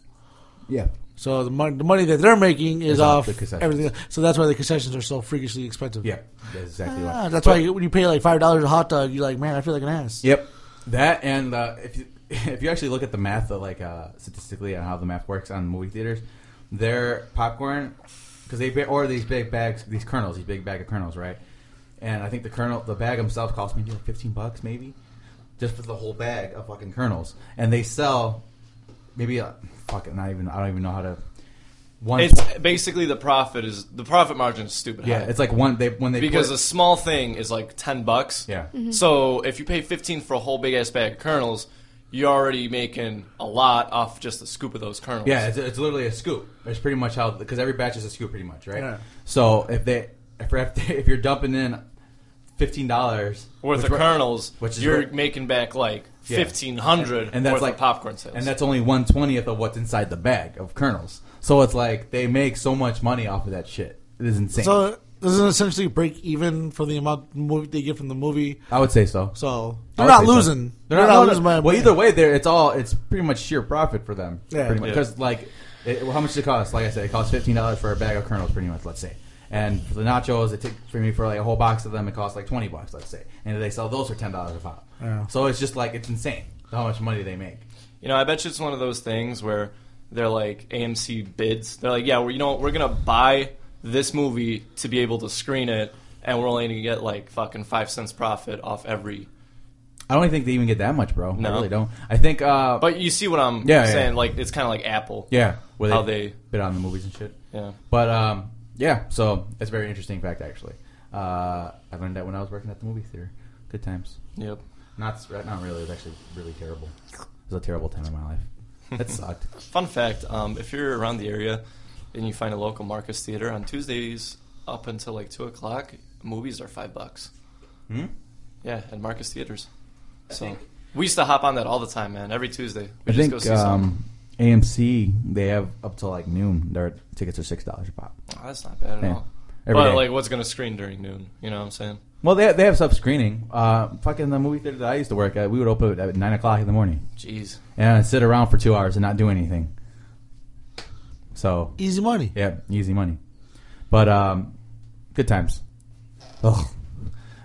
Yeah,
So the money, the money that they're making is
Is off
off
the concessions.
everything. else. So that's why the concessions are so freakishly expensive.
yeah, that's exactly
Ah,
why.
that's why you, when you pay like five dollars a hot dog, you're like, man, I feel like an ass.
Yep, that and uh, if you, if you actually look at the math, of, like uh, statistically on how the math works on movie theaters, their popcorn because they ba- order these big bags, these kernels, these big bag of kernels, right? And I think the kernel, the bag himself costs maybe like fifteen bucks, maybe, just for the whole bag of fucking kernels, and they sell maybe uh, fuck it, not even I don't even know how to. One,
It's basically the profit is the profit margin is stupid
yeah,
high.
it's like one they when they
because
put-
a small thing is like 10 bucks.
yeah.
So if you pay 15 for a whole big ass bag of kernels, you're already making a lot off just the scoop of those kernels.
Yeah, it's, it's literally a scoop. It's pretty much how because every batch is a scoop, pretty much, right?
Yeah.
So if they if, if, they, if you're dumping in fifteen dollars
worth of kernels,
which is
you're
where-
making back like
Yeah.
1500
and that's
worth
like
of popcorn sales.
and that's only one twentieth of what's inside the bag of kernels. So it's like they make so much money off of that shit. It is insane.
So this is essentially break even for the amount movie they get from the movie.
I would say so.
So they're
I would
not
say so.
losing.
They're not, losing.
by a
well,
bit.
either way, there it's all it's pretty much sheer profit for them.
Yeah.
pretty much
Yeah.
because like, it, well, how much does it cost? Like I said, it costs fifteen dollars for a bag of kernels, pretty much. Let's say, and for the nachos, it takes for me for like a whole box of them, it costs like twenty bucks, let's say, and they sell those for ten dollars a pop.
Yeah.
So it's just like it's insane how much money they make.
You know, I bet you it's one of those things where they're like AMC bids. They're like, yeah, well, you know, what? we're gonna buy this movie to be able to screen it, and we're only gonna get like fucking five cents profit off every.
I don't think they even get that much, bro. I
No.
really don't. I think, uh,
But you see what I'm
Yeah, yeah.
saying? Like it's kind of like Apple.
yeah, where
How they-
bid on the movies and shit.
Yeah.
But um, yeah, so that's a very interesting fact actually. Uh, I learned that when I was working at the movie theater. Good times.
Yep.
Not s- not really. It was actually really terrible. It was a terrible time in my life. That sucked.
Fun fact: um, if you're around the area and you find a local Marcus Theater on Tuesdays up until like two o'clock, movies are five bucks.
hmm?
Yeah, at Marcus Theaters. So we used to hop on that all the time, man. Every Tuesday, we
I
just
think
go see something.
um, AMC they have up to like noon. Their tickets are six dollars a pop.
Oh, that's not bad at
Yeah.
all.
Every
but
day.
like, what's gonna screen during noon? You know what I'm saying?
Well, they they have stuff screening. Uh, fucking the movie theater that I used to work at, we would open at nine o'clock in the morning
Jeez.
and I'd sit around for two hours and not do anything. So
easy money.
yeah, easy money. But um, good times. Ugh.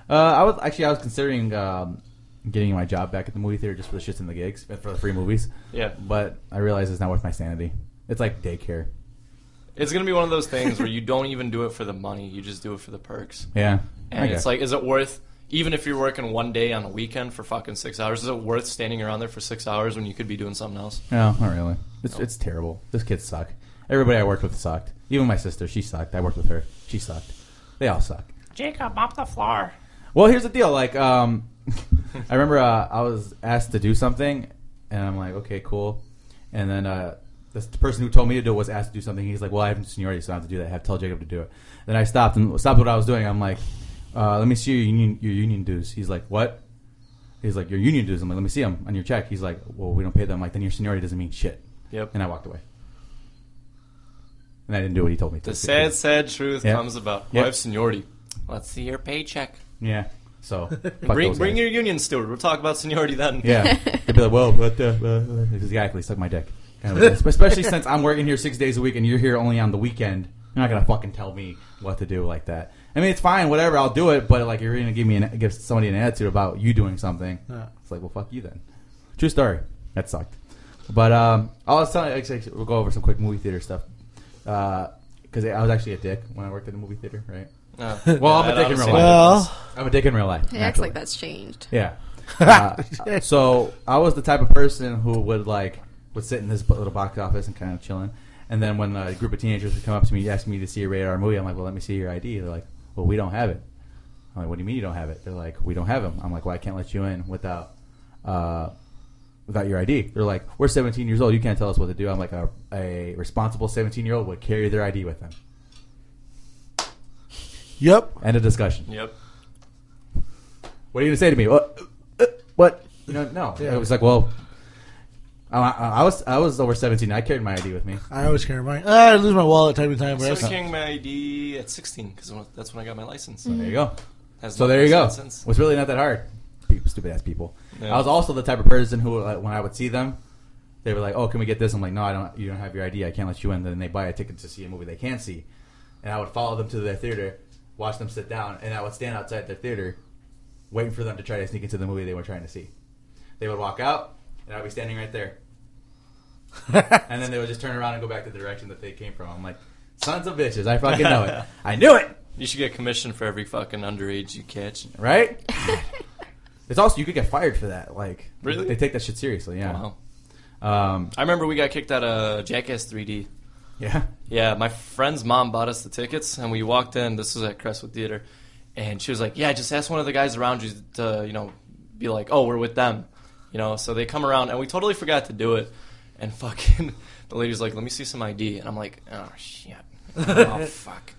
Uh, I was actually I was considering um, getting my job back at the movie theater just for the shits and the gigs and for the free movies.
Yeah.
But I realize it's not worth my sanity. It's like daycare.
It's gonna be one of those things where you don't even do it for the money; you just do it for the perks.
Yeah.
And
I guess.
it's like, is it worth? Even if you're working one day on a weekend for fucking six hours, is it worth standing around there for six hours when you could be doing something else?
no, not really. It's it's terrible. This kids suck. Everybody I worked with sucked. Even my sister, she sucked. I worked with her. She sucked. They all suck.
Jacob, mop the floor.
Well, here's the deal. Like, um, I remember uh, I was asked to do something, and I'm like, okay, cool. And then uh, this, the person who told me to do it was asked to do something. He's like, well, I haven't seniority, so I have to do that. I have to tell Jacob to do it. Then I stopped and stopped what I was doing. I'm like, uh, let me see your union, your union dues. He's like, what? He's like, your union dues. I'm like, let me see them on your check. He's like, well, we don't pay them. I'm like, then your seniority doesn't mean shit.
Yep.
And I walked away. And I didn't do what he told me to.
The sad, sad truth
Yeah.
comes about
Yeah.
wife seniority. Let's see your paycheck.
Yeah. So fuck
Bring,
those
bring
guys.
your union steward. We'll talk about seniority then.
Yeah, they'd be like, "Whoa, what the?" uh, uh," Exactly, suck my dick. Kind of a- especially since I'm working here six days a week and you're here only on the weekend. You're not gonna fucking tell me what to do like that. I mean, it's fine, whatever. I'll do it, but like, you're gonna give me an, give somebody an attitude about you doing something.
Yeah.
It's like, well, fuck you then. True story. That sucked. But um, I was telling. Actually, actually, we'll go over some quick movie theater stuff. Because I was actually a dick when I worked at the movie theater, right?
Uh,
Well, I'm a
that
dick in real life.
honestly-
Well,
I'm a dick in real life.
It acts
naturally.
like that's changed.
Yeah. Uh, so I was the type of person who would like would sit in this bu- little box office and kind of chilling. And then when a group of teenagers would come up to me asking me to see a rated R movie, I'm like, "Well, let me see your ID." They're like, "Well, we don't have it." I'm like, "What do you mean you don't have it?" They're like, "We don't have them." I'm like, "Well, I can't let you in without uh, without your ID." They're like, "We're 17 years old. You can't tell us what to do." I'm like, "A, a responsible 17 year old would carry their ID with them."
yep.
End of discussion.
Yep.
what are you gonna say to me? What? uh, What? You know, no.
Yeah.
It was like, well, I, I I was I was over seventeen. I carried my ID with me.
I always carry mine. Ah, I lose my wallet time to time. But
I
that's
started carrying my ID at 16 because that's when I got my license.
There you go.
Has
Mm-hmm. So
not
there you
made
go.
sense.
It's really not that hard. People, stupid ass people.
Yeah.
I was also the type of person who, like, when I would see them, they were like, "Oh, can we get this?" I'm like, "No, I don't. You don't have your ID. I can't let you in." Then they buy a ticket to see a movie they can't see, and I would follow them to their theater, watch them sit down, and I would stand outside their theater, waiting for them to try to sneak into the movie they were trying to see. They would walk out, and I'd be standing right there, and then they would just turn around and go back to the direction that they came from. I'm like, "Sons of bitches! I fucking know it. I knew it."
You should get commission for every fucking underage you catch.
right? it's also you could get fired for that. Like,
Really?
they take that shit seriously. Yeah.
Wow.
Um,
I remember we got kicked out of Jackass 3D.
yeah.
Yeah, my friend's mom bought us the tickets, and we walked in. This was at Crestwood Theater, and she was like, "Yeah, just ask one of the guys around you to, you know, be like, oh, we're with them, you know." So they come around, and we totally forgot to do it. And fucking, the lady's like, "Let me see some ID," and I'm like, "Oh shit, oh fuck,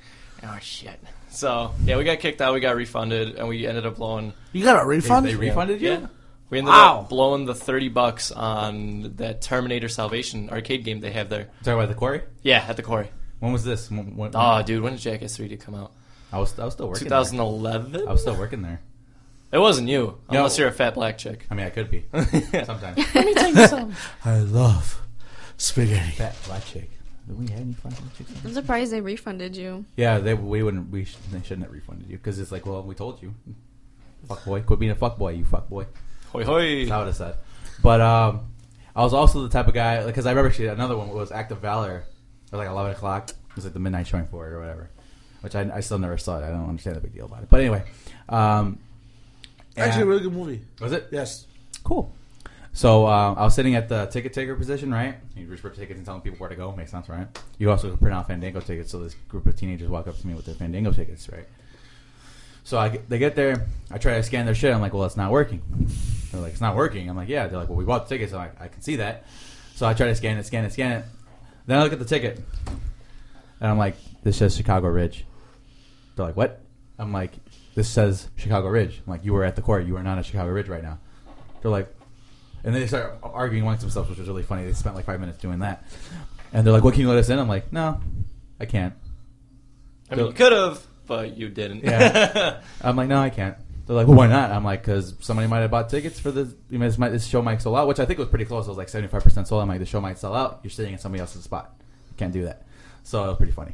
oh shit." So yeah, we got kicked out. We got refunded, and we ended up blowing.
You got a
They,
refund?
they refunded you.
Yeah. We ended
Wow.
up blowing the thirty bucks on that Terminator Salvation arcade game they have there.
Talk about the quarry.
Yeah, at the quarry.
When was this? When, when,
Oh, dude, when did Jackass 3D come out?
I was I was still working. There.
2011.
I was still working there.
It wasn't you,
No.
unless you're a fat black chick.
I mean, I could be sometimes.
I love spaghetti.
Fat black chick. Did we have any fun chicks?
I'm surprised they refunded you.
Yeah, they we wouldn't we sh- they shouldn't have refunded you because it's like well we told you, fuck boy, quit being a fuck boy, you fuck boy.
Hoi hoi.
That's how it is said. But um, I was also the type of guy because I remember actually another one was Act of Valor. It was like eleven o'clock. It was like the midnight showing for it or whatever, which I, I still never saw it. I don't understand the big deal about it. But anyway, um,
Actually, a
and-
really good movie.
was it
Yes.
cool? So um, I was sitting at the ticket taker position, right? You just rip tickets and telling people where to go. Makes sense, right? You also print out Fandango tickets. So this group of teenagers walk up to me with their Fandango tickets, right? So I get, they get there. I try to scan their shit. I'm like, well, it's not working. They're like, it's not working. I'm like, yeah. They're like, well, we bought the tickets. I'm like, I can see that. So I try to scan it, scan it, scan it. Then I look at the ticket, and I'm like, this says Chicago Ridge. They're like, what? I'm like, this says Chicago Ridge. I'm like, you were at the court. You are not at Chicago Ridge right now. They're like, and then they start arguing amongst themselves, which was really funny. They spent like five minutes doing that. And they're like, what can you let us in? I'm like, no, I can't.
I mean, you could have, but you didn't.
Yeah. I'm like, no, I can't. They're like, well, why not? I'm like, because somebody might have bought tickets for this. You know, this, might, this show might sell out, which I think was pretty close. It was like 75% sold. I'm like, the show might sell out. You're sitting in somebody else's spot. You can't do that. So it was pretty funny.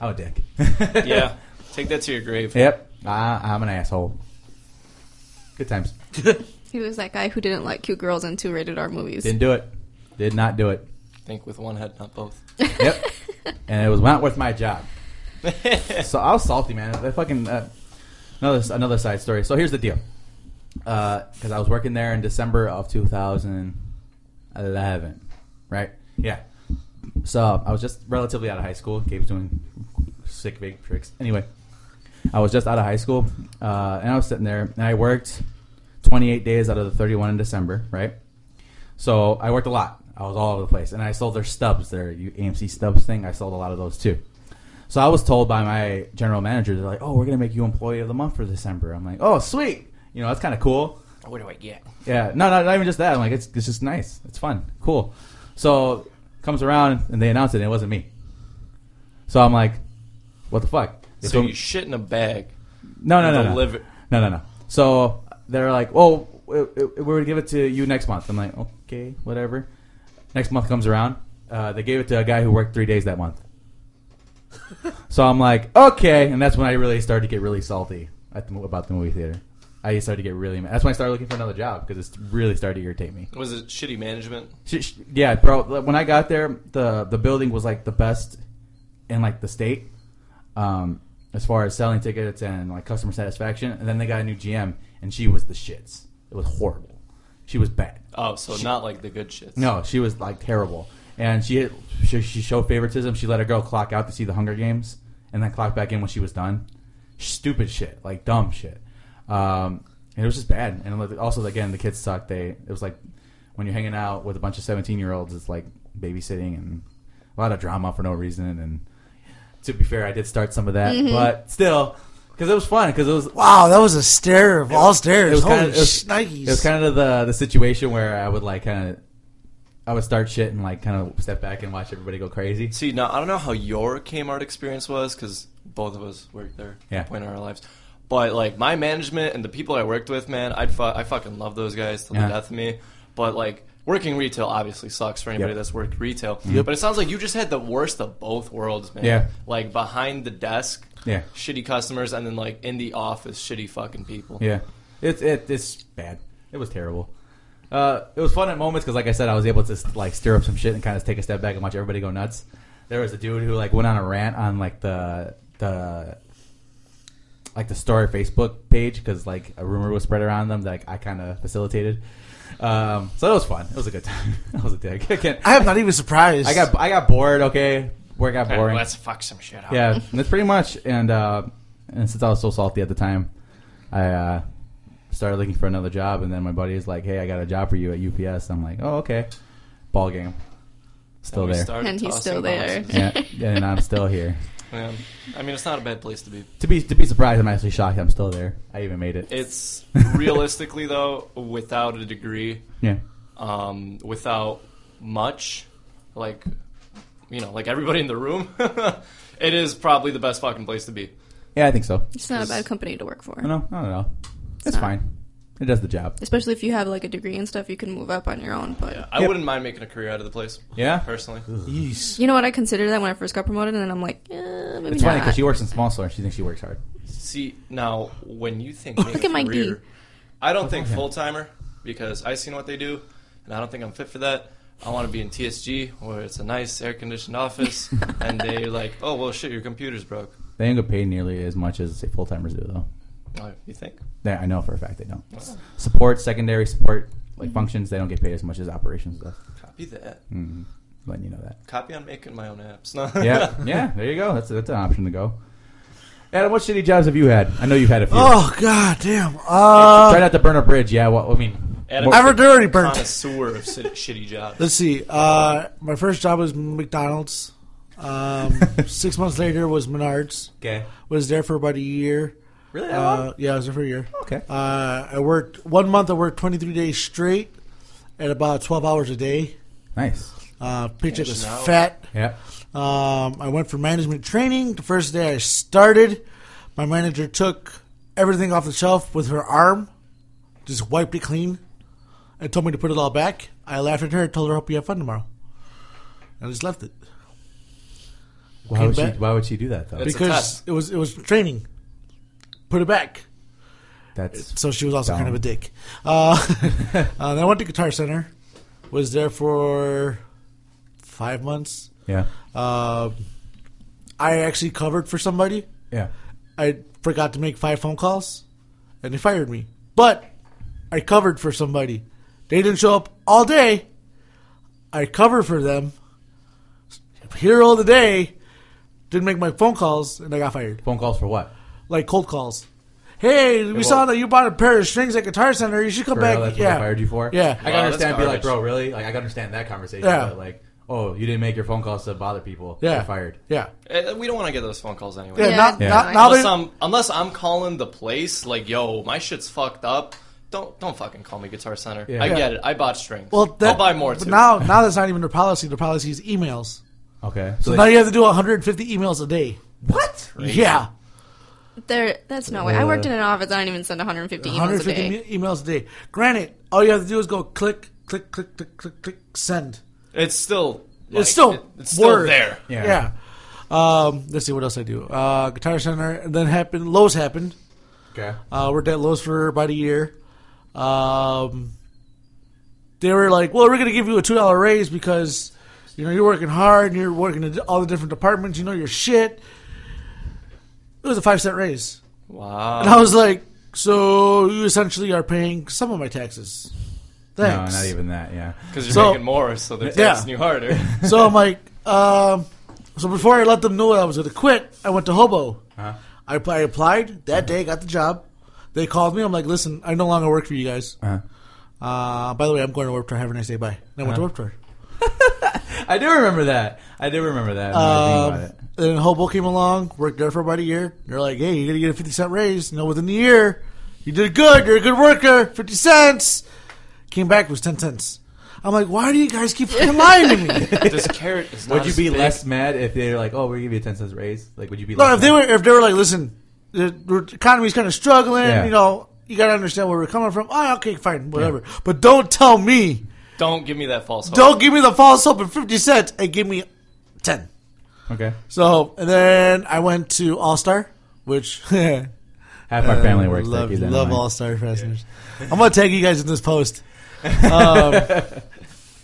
I'm a dick.
yeah. Take that to your grave.
Yep. I, I'm an asshole. Good times.
He was that guy who didn't like cute girls in two rated R movies.
Didn't do it. Did not do it.
Think with one head, not both.
Yep. and it was not worth my job. so I was salty, man. That fucking uh, another another side story. So here's the deal. Because I was working there in December of 2011, right? Yeah. So I was just relatively out of high school. Gabe's doing sick big tricks. Anyway, I was just out of high school, uh, and I was sitting there, and I worked 28 days out of the 31 in December, right? So I worked a lot. I was all over the place, and I sold their stubs, their AMC stubs thing. I sold a lot of those too. So I was told by my general manager, they're like, "Oh, we're gonna make you employee of the month for December." I'm like, "Oh, sweet! You know, that's kind of cool."
What do I get?
Yeah, no, no, not even just that. I'm like, it's, it's just nice. It's fun, cool. So comes around and they announce it, and it wasn't me. So I'm like, "What the fuck?" They
So
told
you
me-
shit in a bag.
no, no, no, no.
Deliver-
No, no, no. So they're like, "Oh, we- we- we're gonna give it to you next month." I'm like, "Okay, whatever." Next month comes around, uh, they gave it to a guy who worked three days that month. so I'm like, "Okay," and that's when I really started to get really salty at the, mo- about the movie theater. I started to get really mad. That's when I started looking for another job because it's really started to irritate me.
Was it shitty management?
Sh- sh- Yeah, bro. When I got there, the the building was like the best in like the state, um, as far as selling tickets and like customer satisfaction. And then they got a new GM, and she was the shits. It was horrible. She was bad.
Oh, so not like the good shits.
No, she was like terrible. And she she, she showed favoritism. She let a girl clock out to see the Hunger Games, and then clock back in when she was done. Stupid shit, like dumb shit. Um, and it was just bad. And like, also, again, the kids sucked. They it was like when you're hanging out with a bunch of 17 year olds, it's like babysitting and a lot of drama for no reason. And to be fair, I did start some of that, but still, because it was fun. Because it was
Wow, that was a stare of all
it
stares.
was
Holy
kind of it was,
shnikes.
it was kind of the the situation where I would like kind of I would start shit and like kind of step back and watch everybody go crazy.
See, now I don't know how your Kmart experience was because both of us worked there
Yeah.
at a point in our lives. But like my management and the people I worked with, man, I'd fu- I fucking love those guys to
Yeah.
the death of me. But like working retail obviously sucks for
Yep.
anybody
Mm-hmm.
that's worked retail. But it sounds like you just had the worst of both worlds, man.
Yeah.
Like behind the desk,
Yeah.
shitty customers, and then like in the office, shitty fucking people.
Yeah, it's it, it's bad. It was terrible. Uh, it was fun at moments because, like I said, I was able to like stir up some shit and kind of take a step back and watch everybody go nuts. There was a dude who like went on a rant on like the the like the story Facebook page because like a rumor was spread around them that like, I kind of facilitated. Um, so it was fun. It was a good time. I was a dick. I, can't,
I am not even surprised.
I got I got bored. Okay, work got
Okay,
boring.
let's fuck some shit up.
Yeah, that's pretty much. And uh, and since I was so salty at the time, I uh, started looking for another job. And then my buddy is like, "Hey, I got a job for you at UPS." I'm like, "Oh, okay." Ball game, still
we
there.
started
And he's
tossing
still there.
boxes.
yeah, and I'm still here.
Yeah. I mean, it's not a bad place to be.
To be to be surprised, I'm actually shocked. I'm still there. I even made it.
It's realistically though, without a degree,
yeah,
um, without much, like you know, like everybody in the room, it is probably the best fucking place to be.
yeah, I think so.
It's not a bad company to work for.
I don't know. I don't know. It's,
not-
fine. It does the job.
Especially if you have like a degree and stuff, you can move up on your own. But
Yeah, I
Yep.
wouldn't mind making a career out of the place.
Yeah,
personally.
Yeesh.
you know what? I considered that when I first got promoted, and then I'm like, eh, maybe
it's funny because
not.
she works in small store and she thinks she works hard.
See now, when you think make
Look
a
at my D.
career, I don't think
Okay.
full timer because I seen what they do, and I don't think I'm fit for that. I want to be in TSG where it's a nice air conditioned office, and they like, oh well, shit, your computer's broke.
They don't get paid nearly as much as full timers do, though.
Oh, you think?
They, I know for a fact they don't. Support, secondary support, like functions, they don't get paid as much as operations does.
Copy that.
Mm, letting you know that.
Copy on making my own apps. No.
Yeah, yeah. There you go. That's that's an option to go. Adam, what shitty jobs have you had? I know you've had a few.
Oh god damn.
Try
Uh,
not to burn a bridge. Yeah. Well, I mean,
Adam-
more-
I've already burnt.
connoisseur of sit- shitty jobs.
Let's see. Uh, my first job was McDonald's. Um, six months later was Menards.
okay.
Was there for about a year.
Really? That
Uh,
long?
yeah, I was there for a year.
Okay.
Uh, I worked one month. I worked 23 days straight, at about 12 hours a day.
Nice.
Uh, paycheck was
Cashing out.
fat.
Yeah.
Um, I went for management training. The first day I started, my manager took everything off the shelf with her arm, just wiped it clean, and told me to put it all back. I laughed at her and told her, "Hope you have fun tomorrow." I just left it
Why
Came
would she?
back.
Why would she do that though?
It's- a
because
test.
it was it was training. Put it back.
That's
So she was also
Dumb.
kind of a dick. Uh, uh, then I went to Guitar Center. Was there for five months.
yeah.
Uh, I actually covered for somebody.
Yeah.
I forgot to make five phone calls, and they fired me. But I covered for somebody. They didn't show up all day. I covered for them. Hero of the day. Didn't make my phone calls, and I got fired.
Phone calls for what?
Like cold calls. Hey, we saw that you bought a pair of strings at Guitar Center. You should come
For
back.
real, that's what
yeah,
they fired you for.
Yeah.
I can
Wow,
understand.
that's
Be like,
garbage.
bro, really? Like, I can understand that conversation.
Yeah.
But like, oh, you didn't make your phone calls to bother people.
yeah,
You're fired.
Yeah,
Eh, We don't want to get those phone calls anyway.
yeah.
Yeah,
Not,
yeah.
Not, now
Unless
they-
I'm unless I'm calling the place like, yo, my shit's fucked up. Don't don't fucking call me Guitar Center.
Yeah.
I
Yeah.
get it. I bought strings.
Well, that,
I'll buy more
But
too.
now, now that's not even their policy. Their policy is emails.
Okay.
So
they-
now you have to do 150 emails a day.
What?
Yeah,
there, that's no way. I worked in an office. I don't even send 150 emails a
150
day.
me- emails a day. Granted, all you have to do is go click, click, click, click, click, click, send.
it's still like,
it's still
it- it's still
word.
there.
Yeah.
Yeah. Um, let's see what else I do. Uh, Guitar Center. And then happened. Lowe's happened.
Okay.
Uh, worked at Lowe's for about a year. Um, they were like, "Well, we're going to give you a two dollar raise because you know you're working hard and you're working in all the different departments. You know your shit." It was a five cent raise,
Wow.
and I was like, "So you essentially are paying some of my taxes." Thanks.
No, not even that. Yeah.
Because you're
So-
making more, so they're
Yeah.
taxing you harder.
so I'm like, um, so before I let them know I was going to quit, I went to Hobo.
Uh-huh.
I, I applied that day, got the job. They called me. I'm like, "Listen, I no longer work for you guys."
Uh,
Uh, by the way, I'm going to Warped Tour. Have a nice day.
Uh-huh.
Bye. And I went to Warped Tour.
I do remember that. I do remember that. now that I think
Um,
about it.
And then Hobo came along, worked there for about a year. They're like, hey, you're going to get a 50 cent raise. You know, within the year, you did good. You're a good worker. 50 cents. Came back, it was 10 cents. I'm like, why do you guys keep fucking lying to me?
This carrot is not.
Would you
as
be
big.
less mad if they were like, "Oh, we're gonna give you a ten cents raise"? Like, would you be?
No,
less
if they
mad?
were, if they were like, listen, the the economy's kind of struggling.
Yeah.
You know, you got to understand where we're coming from. Oh, okay, fine, whatever. But don't tell me.
Don't give me that false hope.
Don't give me the false hope at fifty cents and give me ten.
okay,
So, and then I went to All Star, which
half our family works. there,
Love,
keep that in
love
mind.
All Star wrestlers. I'm gonna tag you guys in this post. Um,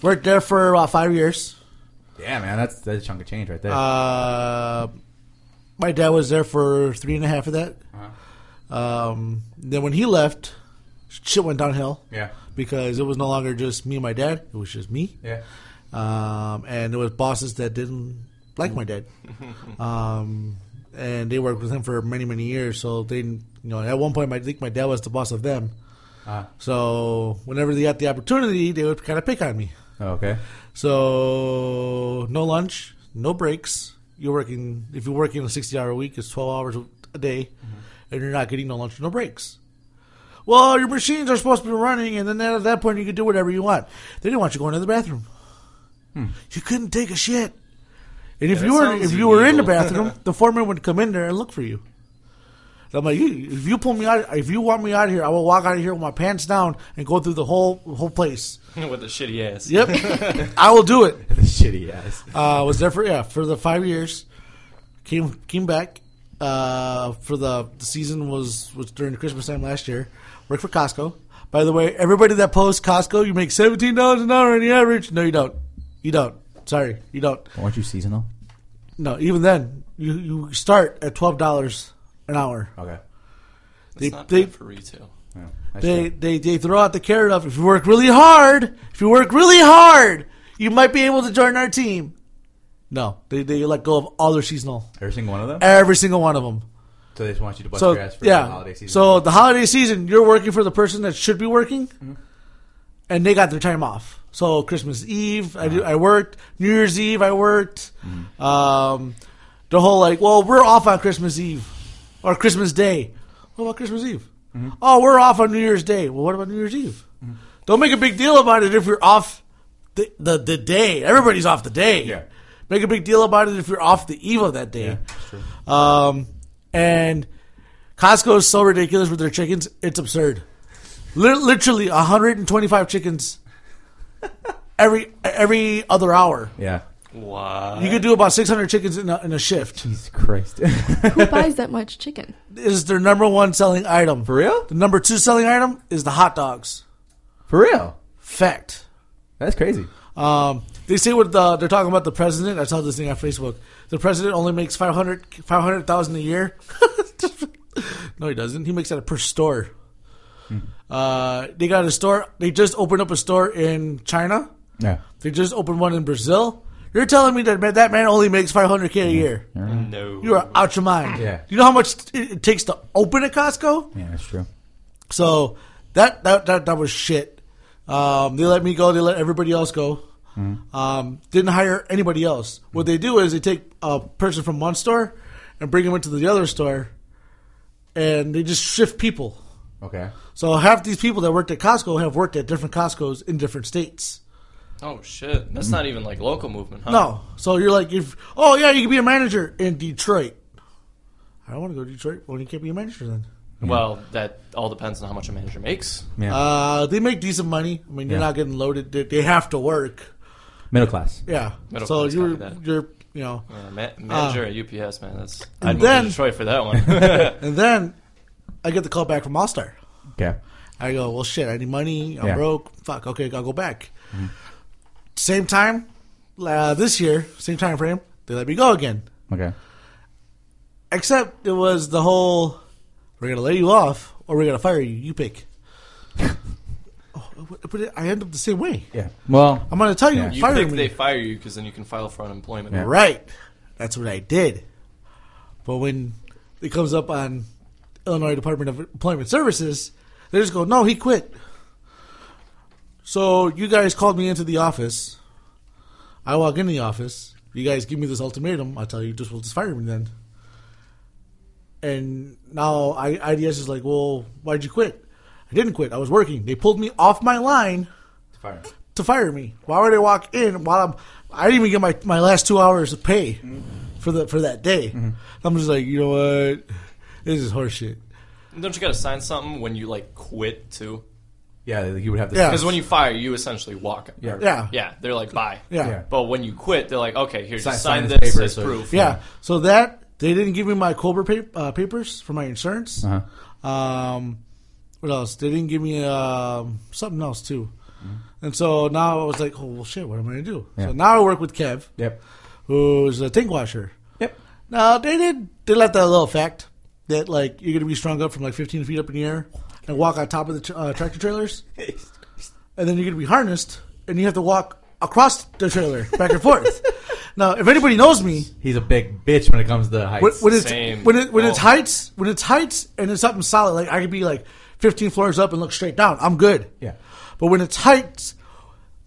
worked there for about five years.
Yeah, man, that's that's a chunk of change right there.
Uh, my dad was there for three and a half of that. Um, then when he left, shit went downhill
yeah,
because it was no longer just me and my dad. It was just me,
yeah.
um, and there was bosses that didn't like my dad, um, and they worked with him for many many years. So they, didn't- you know, at one point, I think my dad was the boss of them.
Uh,
So whenever they got the opportunity, they would kind of pick on me.
oh, okay.
So no lunch, no breaks. You're working if you're working a sixty hour week, it's twelve hours a day,
Mm-hmm.
and you're not getting no lunch, no breaks. Well, your machines are supposed to be running, and then at that point you can do whatever you want. They didn't want you going to the bathroom. You couldn't take a shit. And if
Hmm. Yeah,
you
that
were
sounds
if you were in the
illegal.
bathroom, the foreman would come in there and look for you. And I'm like, you, if you pull me out, if you want me out of here, I will walk out of here with my pants down and go through the whole whole place.
with a shitty ass.
Yep, I will do it.
Shitty ass.
Uh, was there for yeah for the five years. Came came back uh, for the, the season was was during Christmas time last year. Worked for Costco. By the way, everybody that posts Costco, you make seventeen dollars an hour on the average. No, you don't. You don't. Sorry, you don't.
Aren't you seasonal?
No, even then, you you start at twelve dollars an hour.
Okay.
That's
They-
not
they-
bad for retail.
Yeah, that's
They,
true.
they they throw out the carrot of if you work really hard, if you work really hard, you might be able to join our team. No, they they let go of all their seasonal,
every single one of them.
every single one of them.
So they just want you to bust
so
your ass for
yeah.
the holiday season.
So the holiday season, you're working for the person that should be working, and they got their time off. So Christmas Eve, I
Uh-huh.
do, I worked. New Year's Eve, I worked.
Mm-hmm.
Um, the whole like, well, we're off on Christmas Eve or Christmas Day. What about Christmas Eve?
Mm-hmm.
Oh, we're off on New Year's Day. Well, what about New Year's Eve? Don't make a big deal about it if you're off the the, the day. Everybody's off the day.
Yeah.
Make a big deal about it if you're off the eve of that day.
Yeah, that's true.
Um, and Costco is so ridiculous with their chickens; it's absurd. Lit literally 125 chickens every every other hour.
yeah.
Wow.
You could do about 600 chickens in a, in a shift.
Jesus Christ.
Who buys that much chicken?
This is their number one selling item.
for real?
The number two selling item is the hot dogs.
For real?
Fact.
That's crazy.
Um, they say what the, they're talking about the president. I saw this thing on Facebook. The president only makes 500 500,000 a year. no, he doesn't. He makes that per store.
Hmm.
Uh, they got a store. They just opened up a store in China.
Yeah.
They just opened one in Brazil. You're telling me that man, that man only makes 500k a year.
No.
You are out your mind.
Yeah.
You know how much it it takes to open a Costco?
Yeah, that's true.
So that that that, that was shit. Um, they let me go. They let everybody else go. Um, didn't hire anybody else. What they do is they take a person from one store and bring them into the other store, and they just shift people.
Okay.
So half these people that worked at Costco have worked at different Costco's in different states.
Oh shit. That's not even like local movement, huh?
No, so you're like, if oh yeah, you can be a manager in Detroit. I don't want to go to Detroit. Well, you can't be a manager then.
Well, that all depends on how much a manager makes.
Yeah.
Uh, they make decent money. I mean, you're
Yeah.
not getting loaded. They, they have to work.
Middle class.
Yeah.
Middle
so
class,
you're
copy that.
you're you know,
Yeah, Uh, ma- manager at UPS, man. That's I'd move
Ah. then-
to Detroit for that one.
and then I get the call back from All Star.
Okay.
I go, well, shit, I need money. I'm
Yeah.
broke. Fuck. Okay, I'll go back. Same time uh, this year, same time frame. They let me go again.
Okay.
Except it was the whole we're gonna lay you off or we're gonna fire you. You pick. oh, but I end up the same way.
Yeah. Well,
I'm gonna tell you,
Yeah.
you
fire
think
me.
they fire you because then you can file for unemployment.
Yeah.
Right. That's what I did. But when it comes up on Illinois Department of Employment Services, they just go, no, he quit. So you guys called me into the office. I walk in the office. you guys give me this ultimatum, I tell you, just well, just fire me then. And now I, IDS is like, well, why'd you quit? I didn't quit. I was working. They pulled me off my line
Fire.
to fire me. Why would I walk in while I'm? I didn't even get my, my last two hours of pay for the for that day.
Mm-hmm.
I'm just like, you know what? This is horseshit.
Don't you gotta sign something when you like quit too?
Yeah, you would have to.
Yeah.
Because when you fire, you essentially walk.
Yeah.
Yeah.
Yeah, they're like bye.
Yeah.
Yeah.
But when you quit, they're like, okay, here,
Sign-
just
sign this
sign, this
paper,
as
so-
proof.
Yeah. So that they didn't give me my Cobra pa- uh, papers for my insurance.
Uh-huh.
Um, what else? They didn't give me um, something else too. And so now I was like, oh well, shit. What am I gonna do?
Mm-hmm. Yeah.
So now I work with Kev,
Yep.
who's a tank washer.
Yep.
Now they did they left that little fact that like you're gonna be strung up from like 15 feet up in the air and walk on top of the tr uh, tractor trailers, and then you're gonna be harnessed and you have to walk across the trailer back and forth. Now, if anybody knows me,
He's a big bitch when it comes to heights.
when, when it's
Same.
when it when it's
Oh.
heights when it's heights and it's something solid like I could be like 15 floors up and look straight down I'm good
yeah.
but when it's heights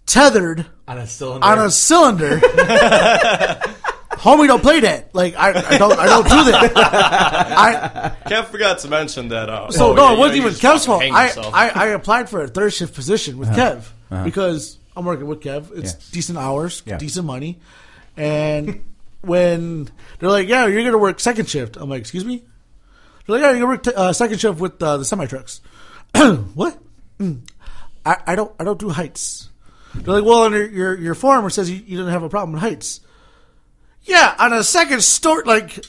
tethered
On a cylinder.
on a cylinder homie don't play that like I, I don't I don't do that I
Kev forgot to mention that. Uh,
so
oh,
no
yeah,
it wasn't
you know,
even
you
Kev's
just fucking
fault
hang
I,
yourself.
I I applied for a third shift position with Kev because I'm working with Kev it's
Yeah.
decent hours
Yeah.
decent money and when they're like yeah you're gonna work second shift I'm like excuse me They're like, yeah, you work t- uh, second shift with uh, the semi trucks. what? Mm. I, I don't I don't do heights. They're like, well, under your your form it says you, you didn't have a problem with heights. Yeah, on a second story, like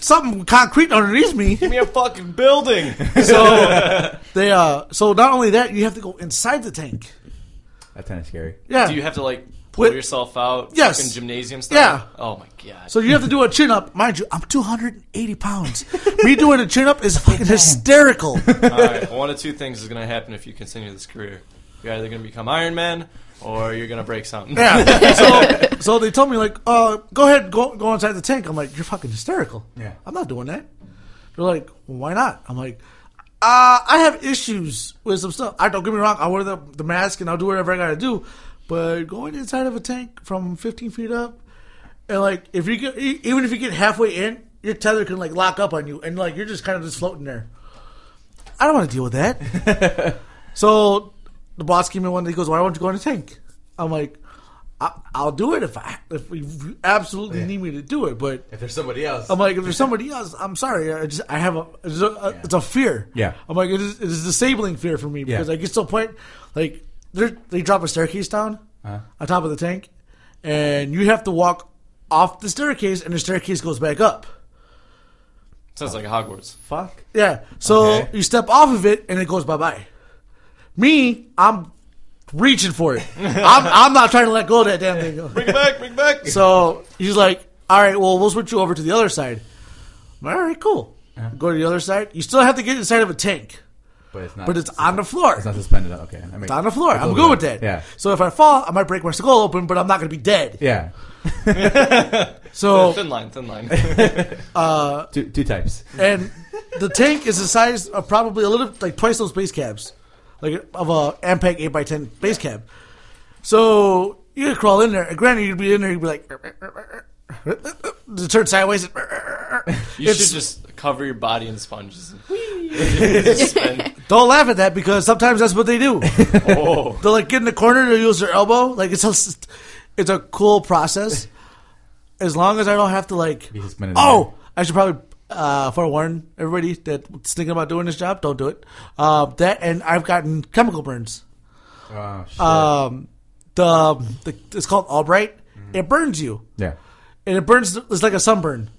something concrete underneath me.
Give me a fucking building.
So they uh, so not only that, you have to go inside the tank.
That's kind of scary.
Yeah.
Do you have to like pull
With-
yourself out?
Yes.
Fucking gymnasium
Yeah.
style. Oh my god.
so you have to do a chin up, mind you. I'm 280 pounds. Me doing a chin up is fucking hysterical.
All right, one of two things is going to happen if you continue this career. You're either going to become Iron Man or you're going to break something.
Yeah. So, so they told me like, uh, go ahead, go go inside the tank. I'm like, you're fucking hysterical.
Yeah.
I'm not doing that. They're like, well, why not? I'm like, uh, I have issues with some stuff. I don't get me wrong. I wear the the mask and I'll do whatever I gotta do, but going inside of a tank from 15 feet up, and like if you get e- even if you get halfway in, your tether can like lock up on you, and like you're just kind of just floating there. I don't want to deal with that. So the boss came in one day. He goes, "Why won't you go in the tank?" I'm like, I- "I'll do it if I if you absolutely
Yeah.
need me to do it." But
If there's somebody else.
I'm like, if there's somebody else, I'm sorry. I just I have a it's a, it's a fear.
Yeah.
I'm like, it is, it is disabling fear for me because
Yeah.
I get to a point like they they drop a staircase down
Uh-huh.
on top of the tank, and you have to walk off the staircase, and the staircase goes back up.
Sounds like Hogwarts.
fuck.
Yeah. So
Okay.
you step off of it and it goes bye bye. Me, I'm reaching for it. I'm, I'm not trying to let go of that damn thing.
Bring it back, bring it back.
So he's like, all right, well, we'll switch you over to the other side. I'm like, all right, cool. Go to the other side. You still have to get inside of a tank,
But it's not.
but it's on the floor.
It's not suspended. Okay. I mean,
It's on the floor.
it's a
I'm
little
good with
bit-
that.
Yeah.
So if I fall, I might break my skull open, but I'm not going to be dead.
Yeah.
So
Thin line, thin line.
Two, two types.
and the tank is the size of probably a little like twice those base cabs, like of a Ampeg eight x ten base cab. So you could crawl in there. And granted, you'd be in there. You'd be like, to turn sideways. and-
You
It's-
should just cover your body in sponges.
don't laugh at that because sometimes that's what they do.
oh.
They'll like get in the corner. They'll use their elbow. Like it's a, it's a cool process. As long as I don't have to like,
Be suspended in
oh, I should probably uh, forewarn everybody that's thinking about doing this job. Don't do it. Uh, that and I've gotten chemical burns.
Oh, shit.
um, the, the it's called Albright.
Mm-hmm.
It burns you,
yeah.
and it burns. It's like a sunburn.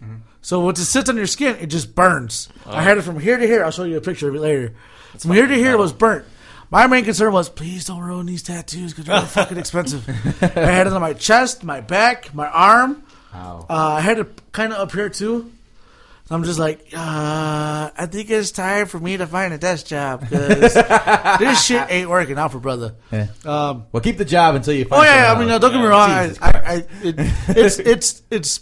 So once it sits on your skin, it just burns. I had it from here to here. I'll show you a picture of it later. from here to here, it was burnt. My main concern was, please don't ruin these tattoos because they're fucking expensive. I had it on my chest, my back, my arm.
Ow.
Uh, I had it kind of up here too. So I'm just like, uh, I think it's time for me to find a desk job because this shit ain't working out for brother.
Yeah.
Um,
well, keep the job until you find
Oh yeah, I
someone
mean, uh,
else.
don't get me
Yeah.
wrong. I,
Jesus
I,
Christ.
I, it, it's it's it's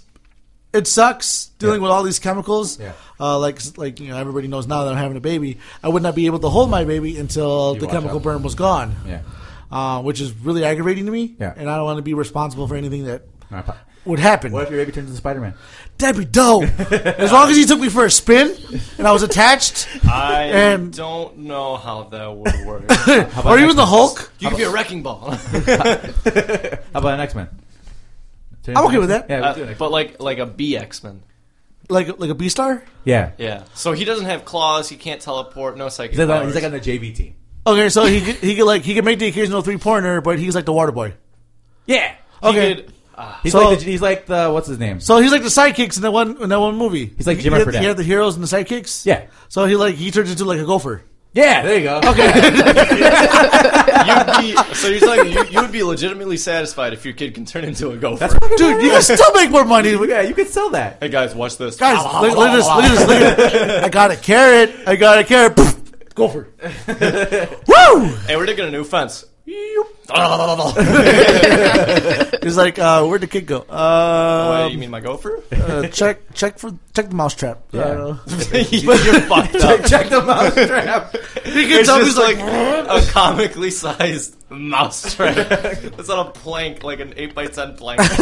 it sucks dealing
Yeah.
with all these chemicals.
Yeah.
Uh, like like you know, everybody knows now that I'm having a baby. I would not be able to hold my baby until
You
the
watch
chemical
out.
burn was gone.
yeah.
Uh, which is really aggravating to me.
Yeah.
And I don't want to be responsible for anything that would happen.
What if your baby turns into Spider Man?
That'd be dope. as long as he took me for a spin and I was attached,
Uh.
I
And-
don't know how that would work.
or even the Hulk.
you could be a wrecking ball.
How about an X Men?
I'm okay with that.
Yeah, we
Uh,
do an X-Men.
but like like a B X Men.
like like a B star.
yeah.
Yeah. So he doesn't have claws. He can't teleport. No psychic.
He's, like on,
powers.
he's like on the JV team.
Okay, so he could- he could like he could make the occasional three pointer, but he's like the water boy.
Yeah.
He
Okay,
could- ah,
He's
Oh, So-
like the, he's like the what's his name?
so he's like the sidekicks in that one in that one movie.
He's like Jim
You had-
Arthur
You
Dad.
had the heroes and the sidekicks.
yeah.
So he like he turns into like a gopher.
Yeah. There you go. Okay.
you'd be, so you're telling me you, you would be legitimately satisfied if your kid can turn into a gopher.
That's fucking
Dude, you can still make more money.
yeah. You could sell that.
hey guys, watch this.
Guys, look, look at this. Look at this. Look at this. I got a carrot. I got a carrot. Poof, gopher. Woo!
Hey, we're digging a new fence.
He's like, uh, where'd the kid go?
Wait, you
Uh,
mean my gopher?
uh, check check for check the mouse trap.
Yeah.
Uh,
You're fucked up.
Check the mousetrap.
he can
It's
tell he's
just
like,
like a comically sized mousetrap. It's on a plank, like an eight by ten plank.
uh,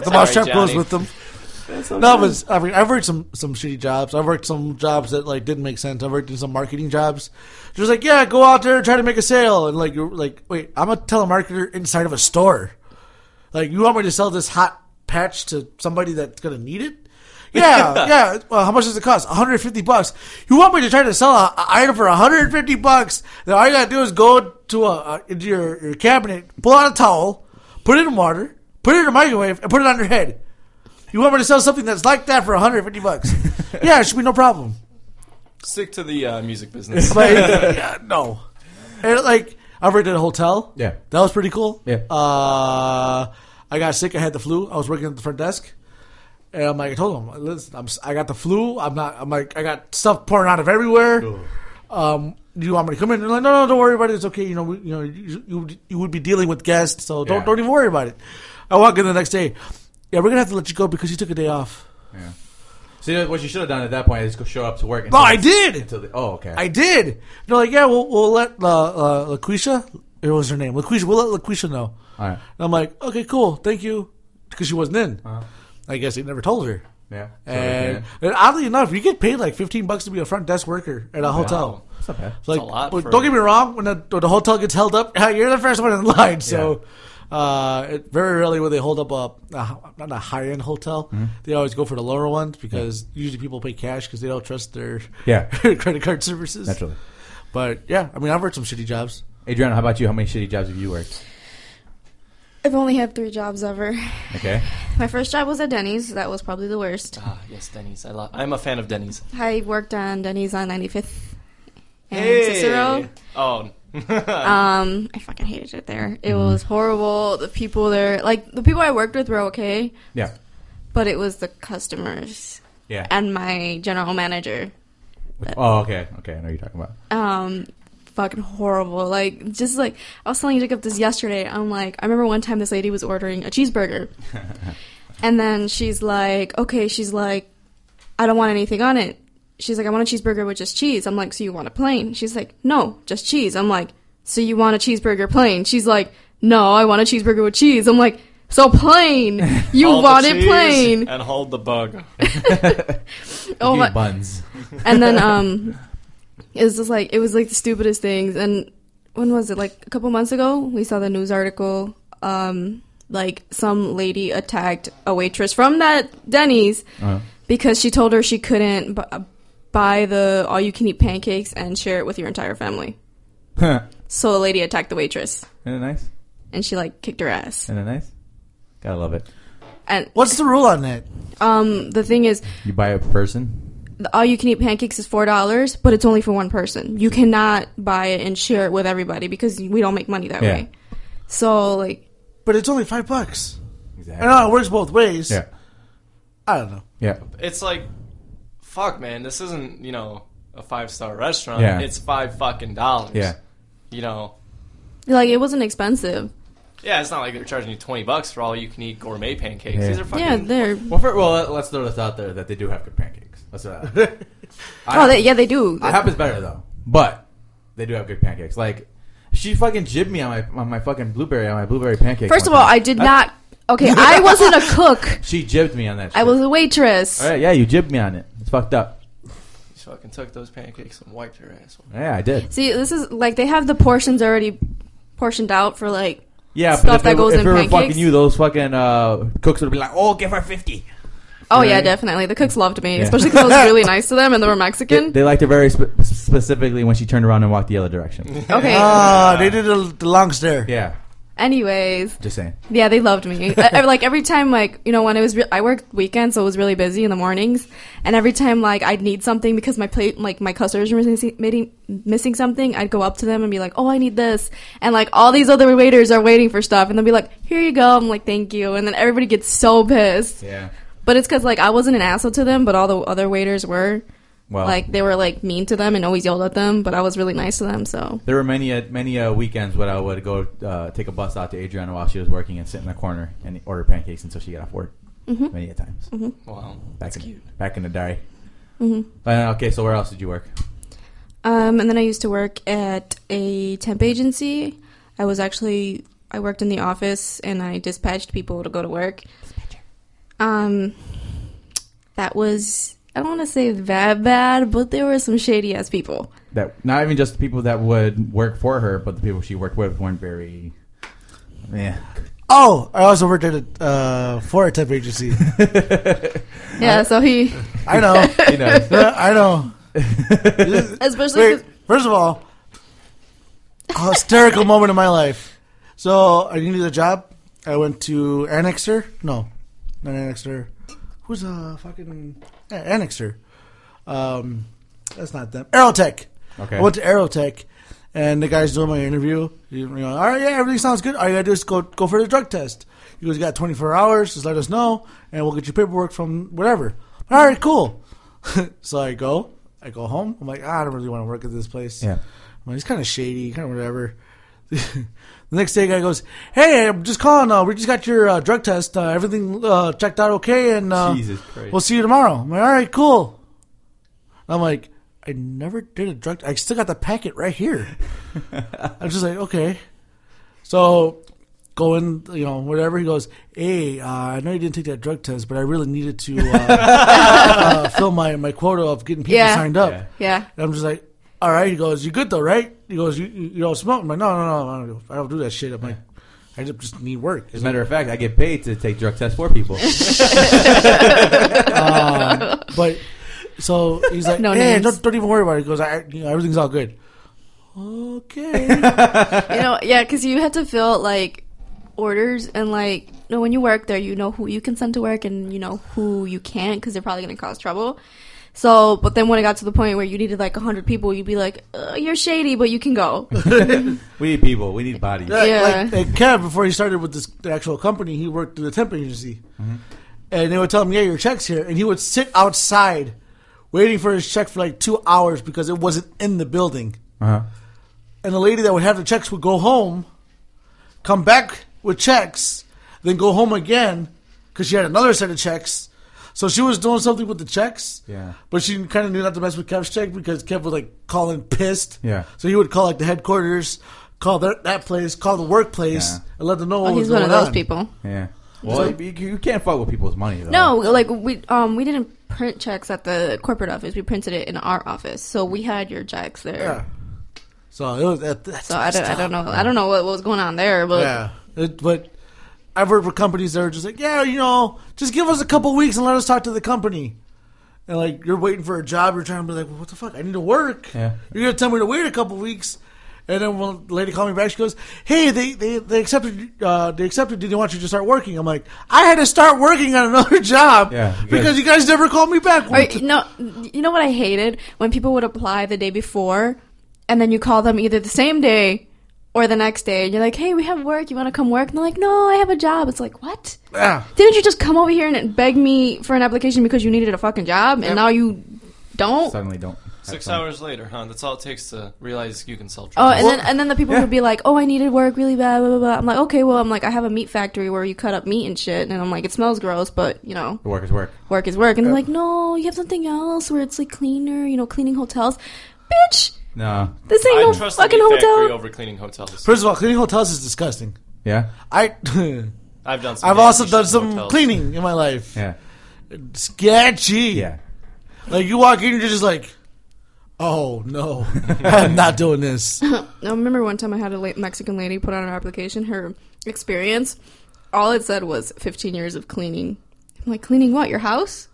the mouse trap
Sorry,
goes
Johnny.
with them. No, but it's- I mean, I've worked some some shitty jobs. I've worked some jobs that like didn't make sense. I've worked in some marketing jobs. Just like, yeah, go out there, try to make a sale, and like, you're like, wait, I'm a telemarketer inside of a store. Like, you want me to sell this hot patch to somebody that's gonna need it? Yeah, yeah. Well, how much does it cost? 150 bucks. You want me to try to sell a, a item for 150 bucks? Then all you gotta do is go to a, a into your, your cabinet, pull out a towel, put it in water, put it in a microwave, and put it on your head. You want me to sell something that's like that for 150 bucks? yeah, it should be no problem.
Stick to the uh, music business.
But yeah, no. And like I worked at a hotel.
Yeah.
that was pretty cool.
Yeah.
Uh, I got sick. I had the flu. I was working at the front desk, and I'm like, I told them, listen, I'm, s- I got the flu. I'm not. I'm like, I got stuff pouring out of everywhere. Um, do you want me to come in? They're like, no, no, don't worry about it. It's okay. You know, we, you know, you, you, you would be dealing with guests, so don't
Yeah.
don't even worry about it. I walk in the next day. Yeah, we're gonna have to let you go because you took a day off.
Yeah. So you know, what you should have done at that point is go show up to work.
No,
until-
I did.
Until the, oh, okay.
I did. They're like, yeah, we'll, we'll let uh, uh, LaQuisha, it was her name, LaQuisha, we'll let LaQuisha know.
All right.
And I'm like, okay, cool, thank you, because she wasn't in.
Uh-huh.
I guess they never told her.
Yeah. So
And, and oddly enough, you get paid like 15 bucks to be a front desk worker at a hotel.
It's not bad.
It's like,
a lot
but
for-
don't get me wrong, when the, when the hotel gets held up, you're the first one in line. So, uh, it, very rarely will they hold up a, a not a high end hotel. They always go for the lower ones because usually people pay cash because they don't trust their
Yeah.
credit card services.
Naturally.
But yeah, I mean, I've worked some shitty jobs.
Adriana, how about you? How many shitty jobs have you worked?
I've only had three jobs ever.
Okay.
My first job was at Denny's. That was probably the worst.
Ah, yes, Denny's. I love. I'm a fan of Denny's.
I worked on Denny's on 95th and
Hey.
Cicero.
Oh,
Um, I fucking hated it there. It was horrible. The people there, like the people I worked with, were okay,
Yeah.
but it was the customers
Yeah.
and my general manager.
oh, okay. Okay. I know what you're talking about.
um fucking horrible like just like i was telling jacob this yesterday i'm like i remember one time this lady was ordering a cheeseburger and then she's like okay she's like i don't want anything on it she's like i want a cheeseburger with just cheese i'm like so you want a plain she's like no just cheese i'm like so you want a cheeseburger plain she's like no i want a cheeseburger with cheese i'm like so plain you
Hold the
want it
cheese
plain
and hold the bug.
oh
Eat
my
buns.
and then um it was just like it was like the stupidest things and when was it like a couple months ago we saw the news article um like some lady attacked a waitress from that denny's
Uh,
because she told her she couldn't bu- buy the all you can eat pancakes and share it with your entire family
huh.
so the lady attacked the waitress
Isn't it nice?
and she like kicked her ass
Isn't it nice? Gotta love it.
and
What's the rule on that?
um the thing is
You buy a person.
the all you can eat pancakes is four dollars, but it's only for one person. You cannot buy it and share it with everybody because we don't make money that
Yeah.
way. So like
But it's only five bucks. I
Exactly.
know it works both ways.
Yeah.
I don't know.
Yeah.
It's like, fuck, man. This isn't you know a five star restaurant.
Yeah.
It's five fucking dollars.
Yeah.
You know.
like it wasn't expensive.
Yeah, it's not like they're charging you twenty bucks for all you can eat gourmet pancakes.
Yeah.
These are fucking
Yeah, they're
Well, for, well, let's throw this out there that they do have good pancakes. That's that.
oh they, yeah they do.
I hope it's better though. But they do have good pancakes. Like she fucking jibbed me on my on my fucking blueberry on my blueberry pancake.
First of
one
all,
time.
I did not. Okay, I wasn't a cook.
She jibbed me on that. Shit.
I was a waitress.
All right, yeah, you jibbed me on it. It's fucked up.
You fucking took those pancakes and wiped your ass.
Yeah, I did.
See, this is like they have the portions already portioned out for like
Yeah,
Stuff
but if
that
it,
goes
if
in
it were
pancakes?
fucking you, those fucking uh, cooks would be like, "Oh, give her 50.
Oh yeah,
Right.
definitely. The cooks loved me,
Yeah.
especially because I was really nice to them, and they were Mexican.
They, they liked it very spe- specifically when she turned around and walked the other direction.
okay.
uh,
Ah, they did a, the long stare.
yeah,
Anyways,
just saying.
yeah, they loved me. I, I- like every time, like you know, when it was re- I worked weekends, so it was really busy in the mornings, and every time like I'd need something because my plate, like my customers were missing, midi- missing something, I'd go up to them and be like, "Oh, I need this," and like all these other waiters are waiting for stuff, and they'll be like, "Here you go." I'm like, "Thank you," and then everybody gets so pissed.
Yeah.
But it's because like I wasn't an asshole to them, but all the other waiters were.
Well,
like they were like mean to them and always yelled at them, but I was really nice to them. So
there were many uh, many uh, weekends when I would go uh, take a bus out to Adriana while she was working and sit in the corner and order pancakes until she got off work. Many a times.
Wow.
Back in back in the day. Uh, okay, so where else did you work?
Um, and then I used to work at a temp agency. I was actually I worked in the office and I dispatched people to go to work. Um, that was I don't want to say that bad, but there were some shady ass people.
That not even just the people that would work for her, but the people she worked with weren't very. Yeah.
Oh, I also worked at a uh, for a temp agency.
Yeah, so he
I know.
You know.
I know.
especially
Wait, first of all, a hysterical moment in my life. So I needed a job. I went to Annexer. No, not Annexer. Who's a fucking yeah, Annexer? Um, that's not them. Aerotech.
Okay.
I went to Aerotech, and the guy's doing my interview. You know, all right, yeah, everything sounds good. All you gotta do is go go for the drug test. He goes, you got 24 hours. Just let us know, and we'll get your paperwork from whatever. All right, cool. so I go, I go home. I'm like, "Ah, I don't really want to work at this place.
Yeah.
I'm like, it's kind of shady, kind of whatever. the next day, guy goes, "Hey, I'm just calling. Uh, we just got your uh, drug test. Uh, everything uh, checked out okay, and uh,
Jesus Christ.
we'll see you tomorrow." I'm like, "All right, cool." I'm like, I never did a drug. I still got the packet right here. I'm just like, okay. So go in, you know, whatever. He goes, hey, uh, I know you didn't take that drug test, but I really needed to uh, uh, fill my, my quota of getting people
Yeah.
signed up.
Yeah.
yeah.
And I'm just like, all right. He goes, you good though, right? He goes, you, you, you don't smoke? I'm like, no, no, no, I don't, do- I don't do that shit. I'm like, I just- just need work.
As a matter of fact, I get paid to take drug tests for people.
um, but so he's like,
No
yeah,
names.
don't, don't even worry about it. He goes, I, you know, everything's all good. Okay.
you know, yeah, because you had to fill like orders and like you know, when you work there, you know who you can send to work and you know who you can't because they're probably going to cause trouble. So, but then when it got to the point where you needed like hundred people, you'd be like, uh, "You're shady, but you can go."
we need people. We need bodies.
Like-
Yeah.
Like, like Kev, before he started with this the actual company, he worked through the temp agency, and they would tell him, "Yeah, your check's here," and he would sit outside waiting for his check for like two hours because it wasn't in the building.
Uh-huh.
And the lady that would have the checks would go home, come back with checks, then go home again because she had another set of checks. So she was doing something with the checks.
Yeah.
But she kind of knew not to mess with Kev's check because Kev was like calling pissed.
Yeah.
So he would call like the headquarters, call their, that place, call the workplace,
Yeah.
and let them know what
Well,
was
Oh, he's one
going
of those
on.
people.
Yeah. Well, you, you can't fuck with people's money though.
No, like we um we didn't print checks at the corporate office. We printed it in our office, so we had your checks there.
Yeah. So it was that, that's
So I don't, I don't know I don't know what, what was going on there, but
Yeah. It, but I've worked with companies that are just like, yeah, you know, just give us a couple weeks and let us talk to the company. And like you're waiting for a job, you're trying to be like, well, what the fuck? I need to work.
Yeah.
You're gonna tell me to wait a couple weeks, and then when the lady called me back, she goes, "Hey, they they, they accepted uh, they accepted. Did they want you to start working?" I'm like, I had to start working on another job
Yeah, you
because
guys-
you guys never called me back.
Or, you know, you know what I hated when people would apply the day before, and then you call them either the same day or the next day, and you're like, "Hey, we have work. You want to come work?" And they're like, "No, I have a job." It's like, what?
Yeah.
Didn't you just come over here and beg me for an application because you needed a fucking job, and now you don't?
Suddenly don't.
Six
Have fun.
hours later, huh? That's all it takes to realize you can sell drugs.
Oh, and then and then the people would be like, "Oh, I needed work really bad." Blah, blah, blah. I'm like, "Okay, well, I'm like, I have a meat factory where you cut up meat and shit," and I'm like, "It smells gross, but you know."
The work is work.
work is work. And they're like, no, you have something else where it's like cleaner, you know, cleaning hotels. Bitch,
No.
this ain't
I
no
trust
Oh, fucking
the meat factory
hotel.
over cleaning hotels.
First of all, cleaning hotels is disgusting.
Yeah.
I
I've done. Some
I've also
nasty
done
shit in
some
hotels.
cleaning in my life.
Yeah.
Sketchy.
Yeah.
Like you walk in, you're just like, oh no, I'm not doing this.
I remember one time I had a late Mexican lady put on an application, her experience. All it said was 15 years of cleaning. I'm like, cleaning what? Your house?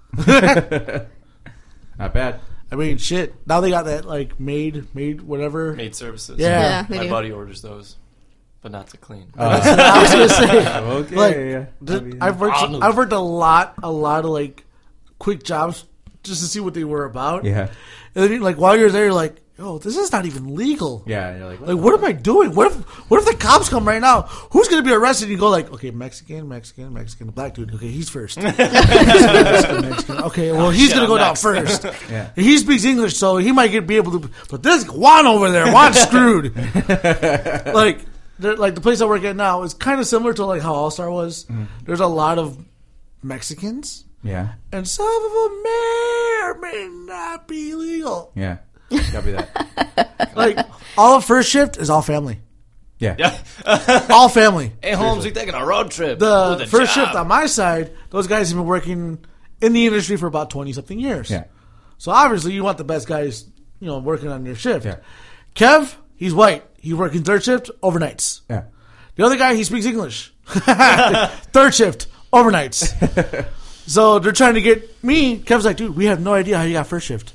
Not bad.
I mean, shit. Now they got that like made, made whatever.
Maid services.
Yeah.
they
My
do.
buddy orders those, but not to clean.
I was gonna say,
Okay.
like,
yeah.
th- I've worked,
Arnold.
I've worked a lot, a lot of like quick jobs just to see what they were about.
yeah.
And then, you- like while you're there, you're like, oh, this is not even legal.
Yeah. You're like,
Like, what am I doing? What if, what if the cops come right now? Who's gonna be arrested? And you go like, okay, Mexican, Mexican, Mexican, black dude. Okay, he's first. Mexican, Mexican. Okay, well, he's
shit,
gonna go
I'm
down
next.
first.
Yeah.
He speaks English, so he might get be able to. But this Juan over there, Juan's screwed. like, they're- like the place I work at now is kind of similar to like how All Star was. There's a lot of Mexicans,
yeah.
and some of them may or may not be legal.
Yeah. Copy that.
Like, all of first shift is all family,
Yeah.
all family.
hey Holmes, we taking a road trip.
The
with a
first
job.
shift on my side, those guys have been working in the industry for about twenty something years.
Yeah.
So obviously you want the best guys, you know, working on your shift.
Yeah.
Kev, he's white. He's working third shift, overnights.
Yeah.
The other guy, he speaks English. third shift, overnights. so they're trying to get me. Kev's like, dude, we have no idea how you got first shift.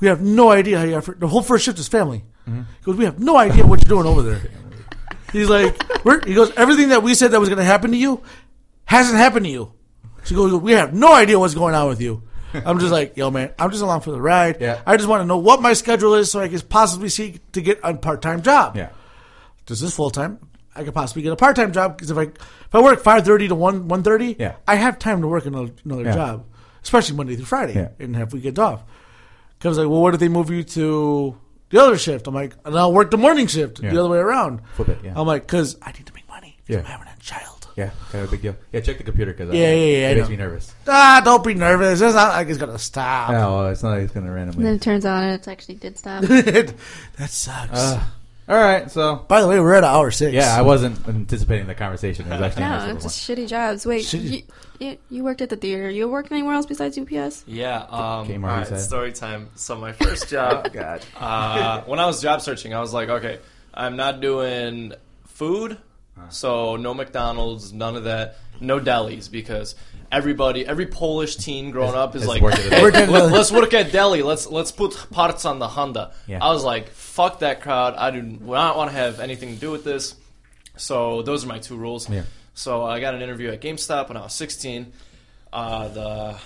We have no idea how you got first. The whole first shift is family.
Mm-hmm.
He goes, we have no idea what you're doing over there. He's like, We're, he goes, everything that we said that was going to happen to you hasn't happened to you. She goes, we have no idea what's going on with you. I'm just like, yo, man, I'm just along for the ride.
Yeah.
I just want to know what my schedule is so I can possibly seek to get a part time job
Yeah.
this is full time. I could possibly get a part time job because if I if I work five thirty to one one thirty,
Yeah.
I have time to work another, another
Yeah.
job, especially Monday through Friday
Yeah.
and have weekends off. Because like, well, what if they move you to the other shift? I'm like, and I'll work the morning shift
Yeah.
the other way around.
Flip it, yeah.
I'm like, because I need to make money. 'cause
Yeah.
I'm having a child.
Yeah. Kind of a big deal. Yeah. Check the computer because
Yeah, yeah, yeah, I
It makes
know.
me nervous.
Ah, don't be nervous. It's not like it's gonna stop.
Oh, well, it's not like it's gonna
And then
randomly.
it turns out it actually did stop.
that sucks.
Uh, all right. So.
By the way, we're at hour six.
Yeah, I wasn't anticipating the conversation. It was actually nice
no,
little
it's just shitty jobs. Wait,
Shitty-
You, you, you worked at the theater. You worked anywhere else besides UPS?
Yeah. Um,
Kmart,
all
he
right,
said.
story time. So my first job.
Oh, God.
uh, when I was job searching, I was like, okay, I'm not doing food,
Uh-huh.
so no McDonald's, none of that, no delis, because everybody, every Polish teen growing up is
has
like,
worked at a
"Hey,
deli."
let, us work at deli, let's let's put parts on the Honda.
Yeah.
I was like, fuck that crowd. I do not want to have anything to do with this. So those are my two rules.
Yeah.
So I got an interview at GameStop when I was 16. Uh, the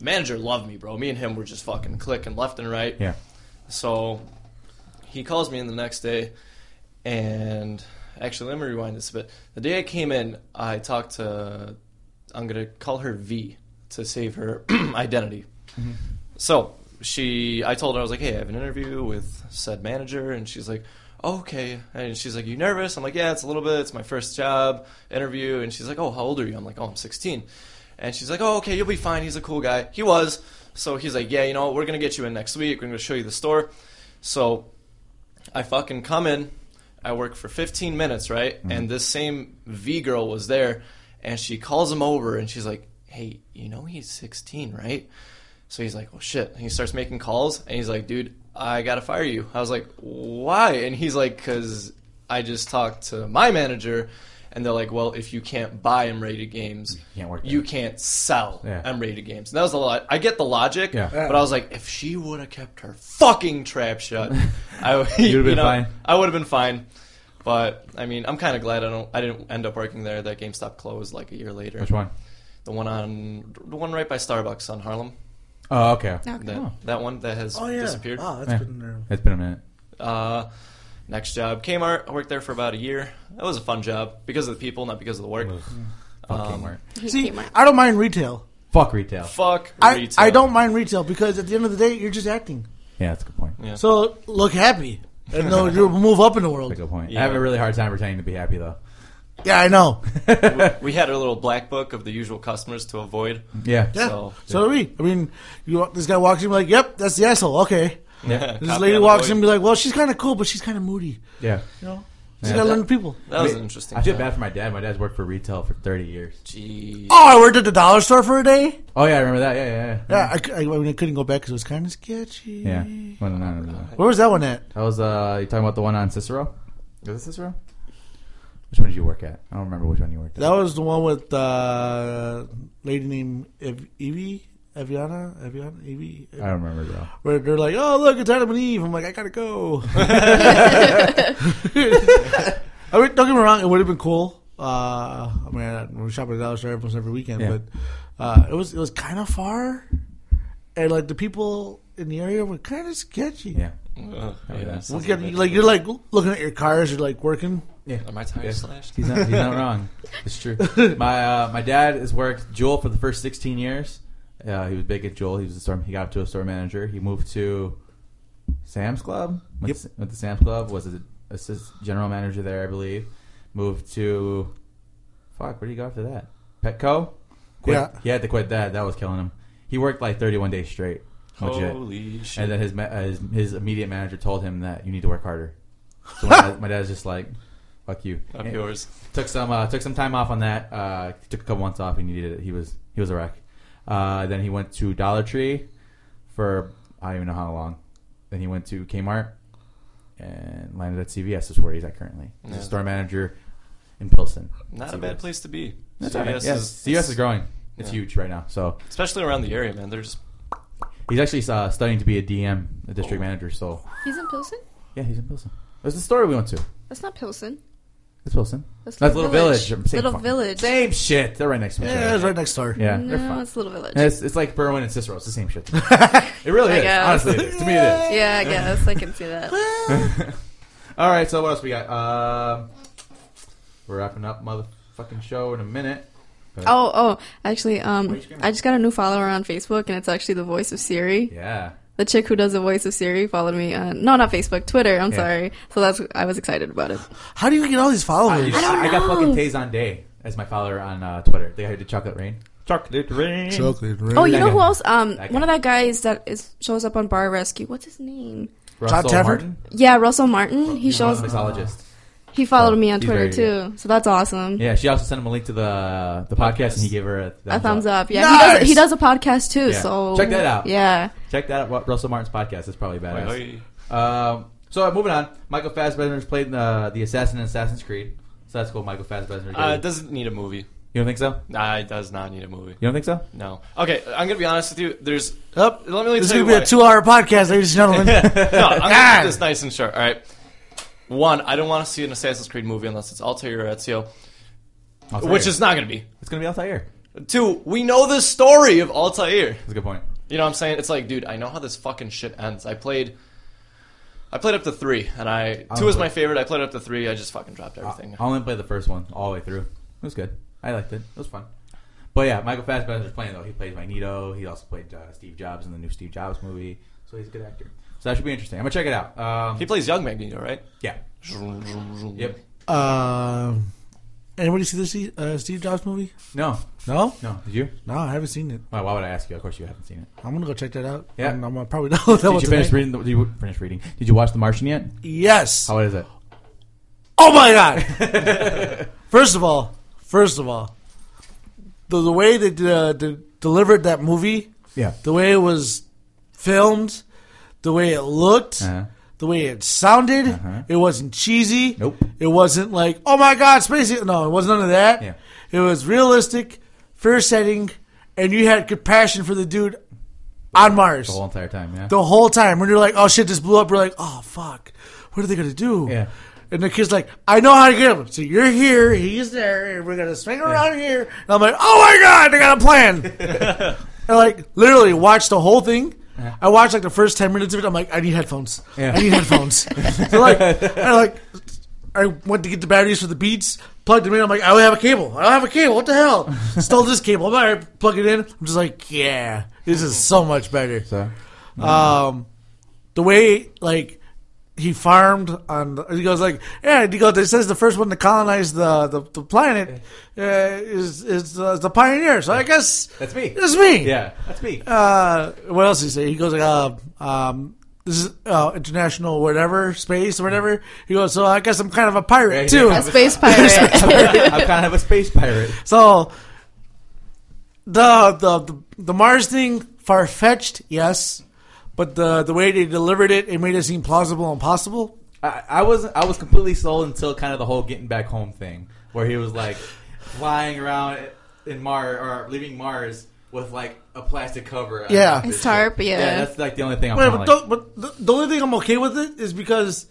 manager loved me, bro. Me and him were just fucking clicking left and right.
Yeah.
So he calls me in the next day, and actually, let me rewind this a bit. The day I came in, I talked to, I'm going to call her V to save her identity. So she, I told her, I was like, hey, I have an interview with said manager. And she's like, okay. And she's like, you nervous? I'm like, yeah, it's a little bit. It's my first job interview. And she's like, oh, how old are you? I'm like, oh, I'm 16. And she's like, oh, okay, you'll be fine. He's a cool guy. He was. So he's like, yeah, you know, what? we're going to get you in next week. We're going to show you the store. So I fucking come in. I work for 15 minutes, right?
Mm-hmm.
And this same V girl was there, and she calls him over, and she's like, "Hey, you know he's 16, right?" So he's like, "Well, shit." And he starts making calls, and he's like, "Dude, I gotta fire you." I was like, "Why?" And he's like, "Cause I just talked to my manager, and they're like, "Well, if you can't buy M rated games, you
can't work there."
you can't sell
Yeah.
M rated games." And that was a lot. I get the logic,
Yeah.
but I was like, if she would have kept her fucking trap shut, I would
You'd have been fine.
I would have been fine. But I mean, I'm kind of glad I don't. I didn't end up working there. That GameStop closed like a year later.
Which one?
The one on the one right by Starbucks on Harlem.
Oh, okay.
That that one that has
Oh yeah.
disappeared.
Oh, that's
Yeah.
been there.
It's been a minute.
Uh, next job, Kmart. I worked there for about a year. That was a fun job because of the people, not because of the work.
Mm. Fuck
Um,
Kmart.
I hate
See,
Kmart.
I don't mind retail.
Fuck retail.
Fuck
I,
retail.
I don't mind retail because at the end of the day, you're just acting.
Yeah, that's a good point.
Yeah.
So look happy, and no, you'll move up in the
That's a
world.
good point.
Yeah.
I have a really hard time pretending to be happy though.
Yeah, I know.
We had a little black book of the usual customers to avoid.
Yeah.
Yeah, so,
So-
do we. I mean, you walk- this guy walks in, be like, "Yep, that's the asshole." Okay,
Yeah.
this
Copy
lady
on the
walks
boy.
in, be like, "Well, she's kind of cool, but she's kind of moody."
Yeah.
You know, So
Yeah.
you gotta learn the people.
That was an interesting.
I feel
time.
bad for my dad. My dad's worked for retail for 30 years.
Gee.
Oh, I worked at the dollar store for a day.
Oh, yeah, I remember that. Yeah, yeah, yeah.
Yeah, I, cou- I, I mean, I couldn't go back because it was kind of sketchy.
Yeah. Well, no, no,
Oh,
no, no.
Where was that one at?
That was uh, you talking about the one on Cicero? Is it Cicero? Which one did you work at? I don't remember which one you worked at.
That was the one with uh, lady named Ev- Evie, Eviana, Eviana, Evie.
I don't remember though.
Where they're like, "Oh, look, it's Adam and Eve." I'm like, "I gotta go." I mean, don't get me wrong; it would have been cool. Uh, I mean, I- we shop at the dollar store almost every weekend,
Yeah.
but uh, it was it was kind of far, and like the people in the area were kind of sketchy.
Yeah.
Ugh, yeah,
yeah.
sounds
We
like
got,
a bitch.
like you're like looking at your cars, you're like working.
Yeah.
Are my tires
Yeah.
slashed?
He's not, he's not wrong. It's true. My uh, my dad has worked Jewel for the first 16 years. Uh, he was big at Jewel. He was a store. He got up to a store manager. He moved to Sam's Club. Went, to, went to Sam's Club. Was a assist general manager there, I believe. Moved to fuck. Where did he go after that? Petco. Quit.
Yeah.
He had to quit that. That was killing him. He worked like 31 days straight. Legit.
Holy shit!
And then his, ma- uh, his his immediate manager told him that you need to work harder. So my, dad, my dad's just like, "Fuck you."
Up
And
yours.
Took some uh, took some time off on that. Uh, took a couple months off. He needed it. He was he was a wreck. Uh, then he went to Dollar Tree for I don't even know how long. Then he went to Kmart and landed at CVS. Is where he's at currently. He's
Yeah.
a store manager in Pilsen.
Not a
CVS.
bad place to be.
That's
CVS
all right. Yeah, CVS is growing. It's
yeah.
huge right now. So
especially around the area, man. There's
he's actually uh, studying to be a DM, a
Oh.
district manager. So
He's in Pilsen?
yeah, he's in Pilsen. That's the store we went to.
That's not Pilsen.
It's Wilson.
That's
That's
Little
Little Village.
Village.
I'm saying
Little
fucking-
Village.
Same shit. They're right next to each
Yeah, it was
other.
right next door.
Yeah, they're
No,
fine.
it's Little Village.
And it's, it's like Berwyn and Cicero. It's the same shit. it really
I
is.
guess.
Honestly, it is. to me it is.
yeah, I guess I can see that.
All right. So what else we got? Um, we're wrapping up motherfucking show in a minute.
Oh, oh, actually, um,
Wait, you're gonna-
I just got a new follower on Facebook, and it's actually the voice of Siri.
Yeah.
The chick who does the voice of Siri followed me on no, not Facebook, Twitter. I'm
Yeah.
sorry. So that's I was excited about it.
How do you get all these followers?
don't
I got
know.
fucking Taze on Day as my follower on uh, Twitter. They heard the chocolate rain. Chocolate rain.
Chocolate,
Oh, you
That
know
guy.
who else? Um,
That
one
guy.
of that guys that is shows up on Bar Rescue. What's his name?
Russell
Todd Taffer?
Martin.
Yeah, Russell Martin. He
She's
shows.
a mixologist.
He followed
Oh,
me on
he's
Twitter
very
too, so that's awesome.
Yeah, she also sent him a link to the the podcast, and he gave her a thumbs,
A thumbs up. Yeah, he,
Nice!
does, he does a podcast too.
Yeah.
So
Check that out.
Yeah,
Check that out. Russell Martin's podcast is probably badass.
Oi,
Um, so uh, moving on, Michael Fassbender's played uh, the assassin in Assassin's Creed, so that's cool. Michael Fassbender.
uh, it doesn't need a movie.
you don't think so?
Nah, it does not need a movie.
You don't think so?
No. Okay, I'm gonna be honest with you. There's oh,
Up.
let me
This is
tell you
gonna be a
why.
two-hour podcast, ladies and gentlemen.
no, I'm gonna
Ah!
God.
keep this nice and short. All right. One, I don't want to see an Assassin's Creed movie unless it's Altair or Ezio,
Altair.
which is not gonna be.
it's gonna be Altair.
Two, we know the story of Altair.
That's a good point.
You know what I'm saying? It's like, dude, I know how this fucking shit ends. I played I played up to three and I
I
two is
don't
my
play-
favorite. I played up to three, I just fucking dropped everything.
I only played the first one all the way through. It was good. I liked it. It was fun. But yeah, Michael Fassbender's playing though. He plays Magneto. He also played uh, Steve Jobs in the new Steve Jobs movie, so he's a good actor. So that should be interesting. I'm gonna check it out. Um,
He plays young Magneto, right?
yeah. Yep.
Um, anybody see the Steve, uh, Steve Jobs movie?
No.
No,
No. Did you?
no, I haven't seen it.
Why, why would I ask you? Of course you haven't seen it.
I'm gonna go check that out.
Yeah.
and I'm gonna probably know that
Did
one
you finish
tonight.
reading? The, did you finish reading? Did you watch The Martian yet?
Yes.
How is it?
Oh my god! first of all, first of all, the, the way they uh, de- delivered that movie,
Yeah.
the way it was filmed, the way it looked,
Uh-huh.
the way it sounded,
Uh-huh.
it wasn't cheesy.
Nope.
It wasn't like, oh my god, space. No, it was none of that.
Yeah.
It was realistic, fair setting, and you had compassion for the dude on Mars
The whole entire time, yeah.
the whole time. When you're like, oh shit, this blew up, we're like, oh fuck, what are they gonna do?
Yeah.
And the kid's like, I know how to get him. So you're here, he's there, and we're gonna swing around here. And I'm like, oh my god, they got a plan. and like literally watch the whole thing. I watched like the first ten minutes of it. I'm like, I need headphones.
Yeah.
I need headphones. so like, I like, I went to get the batteries for the beats. Plugged them in. I'm like, I don't have a cable. I don't have a cable. What the hell? Stole this cable. I'm like, all right, plug it in. I'm just like, yeah, this is so much better.
so,
Um, the way like he farmed on, the, he goes like, yeah, he goes. It says the first one to colonize the the, the planet uh, is is uh, the pioneer. So I guess
That's me.
It's me.
yeah, that's me.
Uh, what else did he say? He goes like, uh, um, this is uh, international whatever space or whatever.
Mm-hmm.
He goes, so I guess I'm kind of a pirate too.
A space pirate.
I'm kind of a space pirate.
So the the the, the Mars thing far fetched, yes, but the the way they delivered it, it made it seem plausible and possible.
I, I was I was completely sold until kind of the whole getting back home thing, where he was like flying around in Mars or leaving Mars with like a plastic cover. on
Yeah.
top of his
His tarp,
ship.
yeah.
that's like the only thing I'm.
But,
kinda
but,
like,
the, but the, the only thing I'm okay with it is because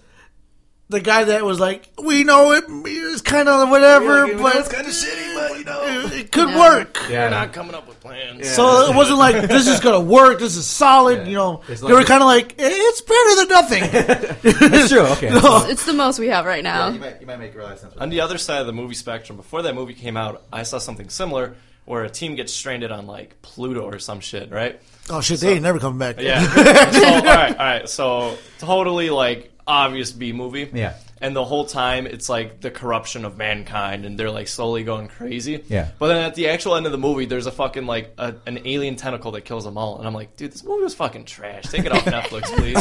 the guy that was like, we know it is kind of whatever,
Yeah, like,
but
it's kind of shitty, but you know.
it, it could
Yeah.
work.
They're
Yeah.
not coming up with plans.
Yeah.
So it wasn't like this is gonna work. This is solid.
Yeah.
You know,
It's
they were
like-
kind of like "Eh, it's better than nothing.
That's true, okay.
No.
it's the most we have right
Yeah,
now.
you, might, you might make real sense.
On the other side of the movie spectrum, before that movie came out, I saw something similar where a team gets stranded on like Pluto or some shit, right?
Oh shit, they ain't never coming back.
Yeah. so, all right, all right. So totally like obvious B movie.
Yeah.
And the whole time it's like the corruption of mankind, and they're like slowly going crazy.
Yeah.
But then at the actual end of the movie, there's a fucking like a, an alien tentacle that kills them all, and I'm like, dude, this movie was fucking trash. Take it off Netflix, please.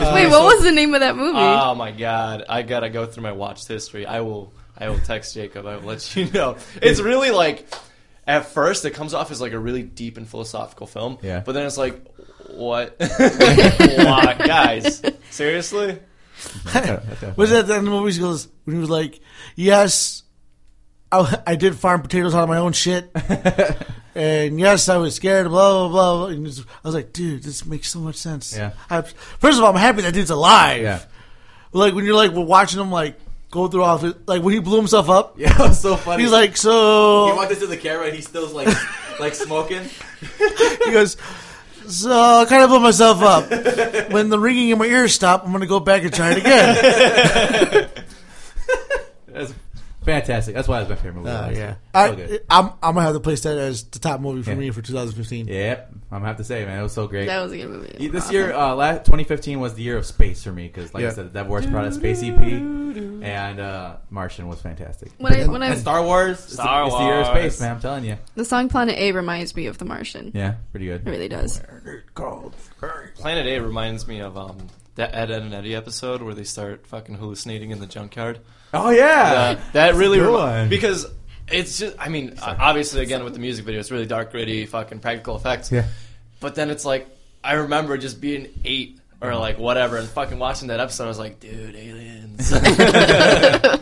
Wait, what was the name of that movie?
oh my god, I gotta go through my watched history. I will, I will text Jacob. I will let you know. It's really like, at first, it comes off as like a really deep and philosophical film.
Yeah.
But then it's like, what? Why, guys? Seriously?
Was that the end of the movie? He goes when he was like, "Yes, I, I did farm potatoes out of my own shit, and yes, I was scared." Blah blah blah. blah. And it's- I was like, "Dude, this makes so much sense."
Yeah.
I, first of all, I'm happy that dude's alive.
Yeah.
Like when you're like we're watching him like go through all of it, like when he blew himself up,
Yeah, it was so funny.
he's like, "Oh."
he
"So
walked into the camera and he still's like, like smoking.
He goes, so I kind of blew myself up. When the ringing in my ears stopped, I'm going to go back and try it again.
That's fantastic. That's why it's my favorite movie.
Uh,
honestly.
yeah,
So
I,
good.
I'm, I'm going to have to place that as the top movie for
Yeah.
me for 2015.
Yep, I'm gonna have to say, man, it was so great.
that was a good movie.
Yeah, this year, uh, last 2015 was the year of space for me because, like
Yeah.
I said, that Wars brought out Space EP, and uh, Martian was fantastic.
when I, when I,
And Star Wars,
Star
it's, the, it's the year of
Wars.
space, man. I'm telling you.
the song Planet A reminds me of The Martian.
Yeah, pretty good.
It really does.
Planet A reminds me of um that Ed, Ed and Eddie episode where they start fucking hallucinating in the junkyard.
Oh yeah,
Uh, that, that really
Good
remi-
one.
because it's just I mean uh, obviously again with the music video it's really dark gritty fucking practical effects
Yeah.
but then it's like I remember just being eight
Uh-huh.
or like whatever and fucking watching that episode I was like dude aliens Oh,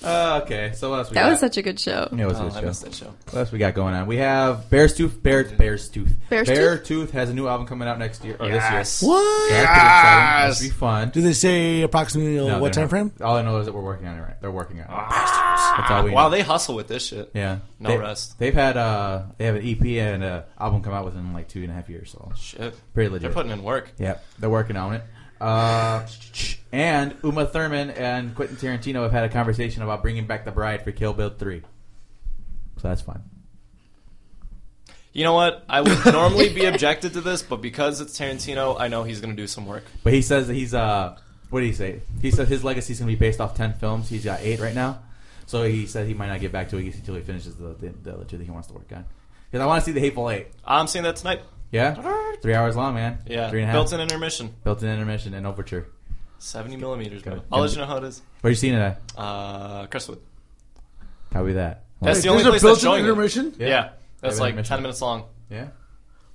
Uh, okay, so what else we
That
got?
was such a good show.
yeah, it was a
Oh,
good
I
show.
missed that show
What else we got going on? We have Bear's Tooth. Bear, Bear's Tooth.
Bear's
Bear
Tooth?
has a new album coming out next year or Oh, this
Yes.
year.
What?
So that's pretty exciting. That should be fun.
Do they say approximately uh,
No,
what time
they're not.
frame?
All I know is that we're working on it. Right, they're working on it. That's all we
wow
know.
they hustle with this shit
Yeah,
No
they,
rest.
They've had uh, they have an EP and an album come out within like two and a half years, so
shit
pretty
they're
legit.
putting in work
yeah, they're working on it. Uh, and Uma Thurman and Quentin Tarantino have had a conversation about bringing back the bride for Kill Bill three, so that's fun.
you know what I would normally be objected to this but because it's Tarantino I know he's gonna do some work
But he says that he's uh, what do you say? He said his legacy is gonna be based off ten films. He's got eight right now, so he said he might not get back to it until he finishes the the, the other two that he wants to work on. Because I want to see the Hateful Eight.
I'm seeing that tonight
Yeah, three hours long, man.
yeah
three and a half.
built in intermission
built-in intermission and overture.
70 millimeters
Got
bro.
it.
I'll let you know how it is
Where you seen it at?
uh Crestwood
Probably that.
That's the only
There's
place
a
that's
built-in
showing it.
intermission?
Yeah.
Have
That's
an
like
intermission.
10 minutes long.
Yeah.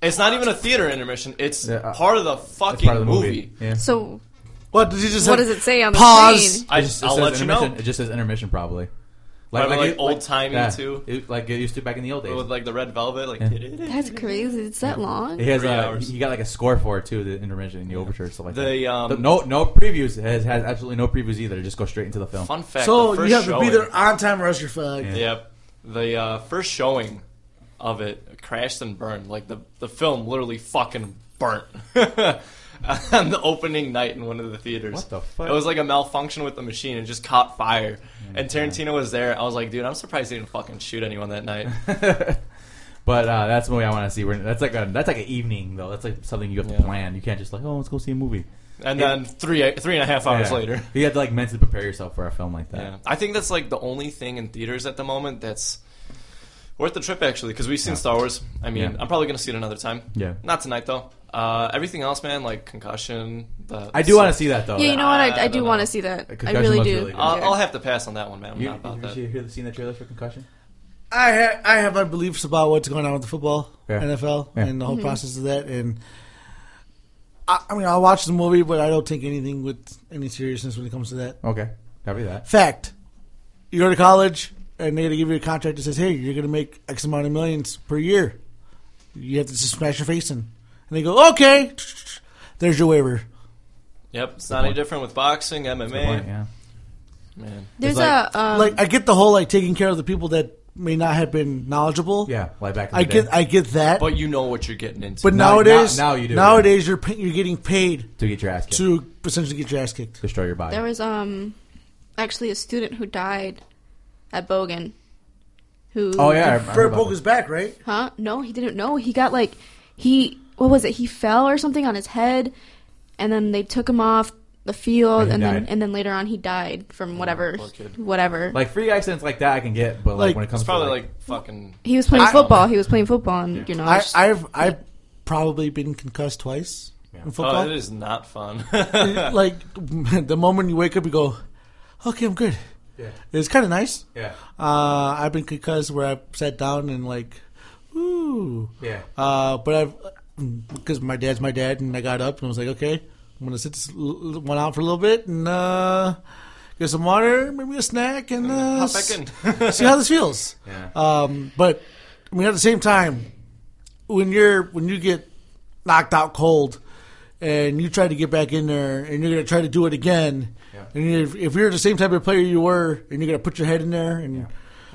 It's not even a theater intermission. It's
Yeah, uh,
part of the
That's
fucking
part of the
movie.
movie. Yeah.
So,
What, does he just
what
have-
does it say on the
Pause.
screen?
I
It just- it
I'll
says
let you know.
intermission- It just says intermission, probably.
Probably, like,
it-
old-timey, too.
It- like it used to back in the old days.
With like the red velvet, like
That's crazy. It's that long?
He has
Three
a,
hours.
he got like a score for it too, the intermission and the overture, stuff like
The,
that.
um,
But no, no previews. It Has has absolutely no previews either. It Just go straight into the film.
fun fact.
So
the first
you have to
showing,
be there on time or else you're fucked.
Yeah.
Yep. The uh, first showing of it crashed and burned. Like the the film literally fucking burnt on the opening night in one of the theaters.
What the fuck? Oh
It was like a malfunction with the machine and just caught fire. And Tarantino was there. I was like, dude, I'm surprised he didn't fucking shoot anyone that night.
But uh, that's the movie I want to see. We're, that's like a that's like an evening though. That's like something you have to
Yeah.
plan. You can't just like oh let's go see a movie.
And then three three and a half hours
Yeah.
later.
you have to like mentally prepare yourself for a film like that.
Yeah, I think that's like the only thing in theaters at the moment that's worth the trip actually because we've seen Star Wars. I mean,
Yeah.
I'm probably gonna see it another time.
Yeah.
not tonight though. Uh, everything else, man, like concussion. The,
I do want to see that though.
yeah, you know what? I,
I
I do
don't
want
know.
to see that. I
Concussion
really
was
do.
really good.
I'll, I'll have to pass on that one, man. I'm
You,
not about
you,
that.
you hear the seen the trailer for Concussion?
I ha- I have my beliefs about what's going on with the football,
Yeah.
NFL,
Yeah.
and the
Mm-hmm.
whole process of that. And I, I mean, I'll watch the movie, but I don't take anything with any seriousness when it comes to that.
Okay, copy that.
Fact: You go to college, and they're gonna give you a contract that says, "Hey, you're gonna make X amount of millions per year. You have to just smash your face in." And they go, "Okay, there's your waiver."
Yep, it's not any
point.
different with boxing, MMA.
Good point, yeah.
Man,
There's
like-
a um,
like I get the whole like taking care of the people that may not have been knowledgeable.
Yeah, like back in the
I
day.
get I get that. But,
but you know what you're getting into.
Now-
nowadays,
now- now you do,
nowadays you're pa- you're getting paid
to get your ass kicked,
to essentially get your ass kicked.
destroy your body.
there was um actually a student who died at Bogan. Who?
oh yeah, I remember
Fred
about
broke
this.
his back, right?
Huh? No, he didn't know. He got like he what was it? He fell or something on his head, and then they took him off the
And
field,
he
and, then
died. Oh,
and then later on he died from whatever
poor kid.
whatever.
Like free accidents like that, I can get, but like,
Like,
when it comes
it's probably
to
like, fucking.
he was playing
I-
football. He was playing football, and you know.
I,
just-
I've I've probably been concussed twice in
Oh,
football.
it is not fun.
like the moment you wake up, you go, "Okay, I'm good."
yeah,
It's kind of nice.
yeah,
Uh, I've been concussed where I sat down and like, ooh.
yeah.
Uh, but I've because my dad's my dad, and I got up and was like, okay, I'm gonna sit this l- l- one out for a little bit and uh, get some water, maybe a snack, and uh,
Hop back in.
s- see how this feels.
Yeah.
Um, but I mean, at the same time, when you're when you get knocked out cold. And you try to get back in there, and you're gonna try to do it again.
Yeah.
And if, if you're the same type of player you were, and you're gonna put your head in there, and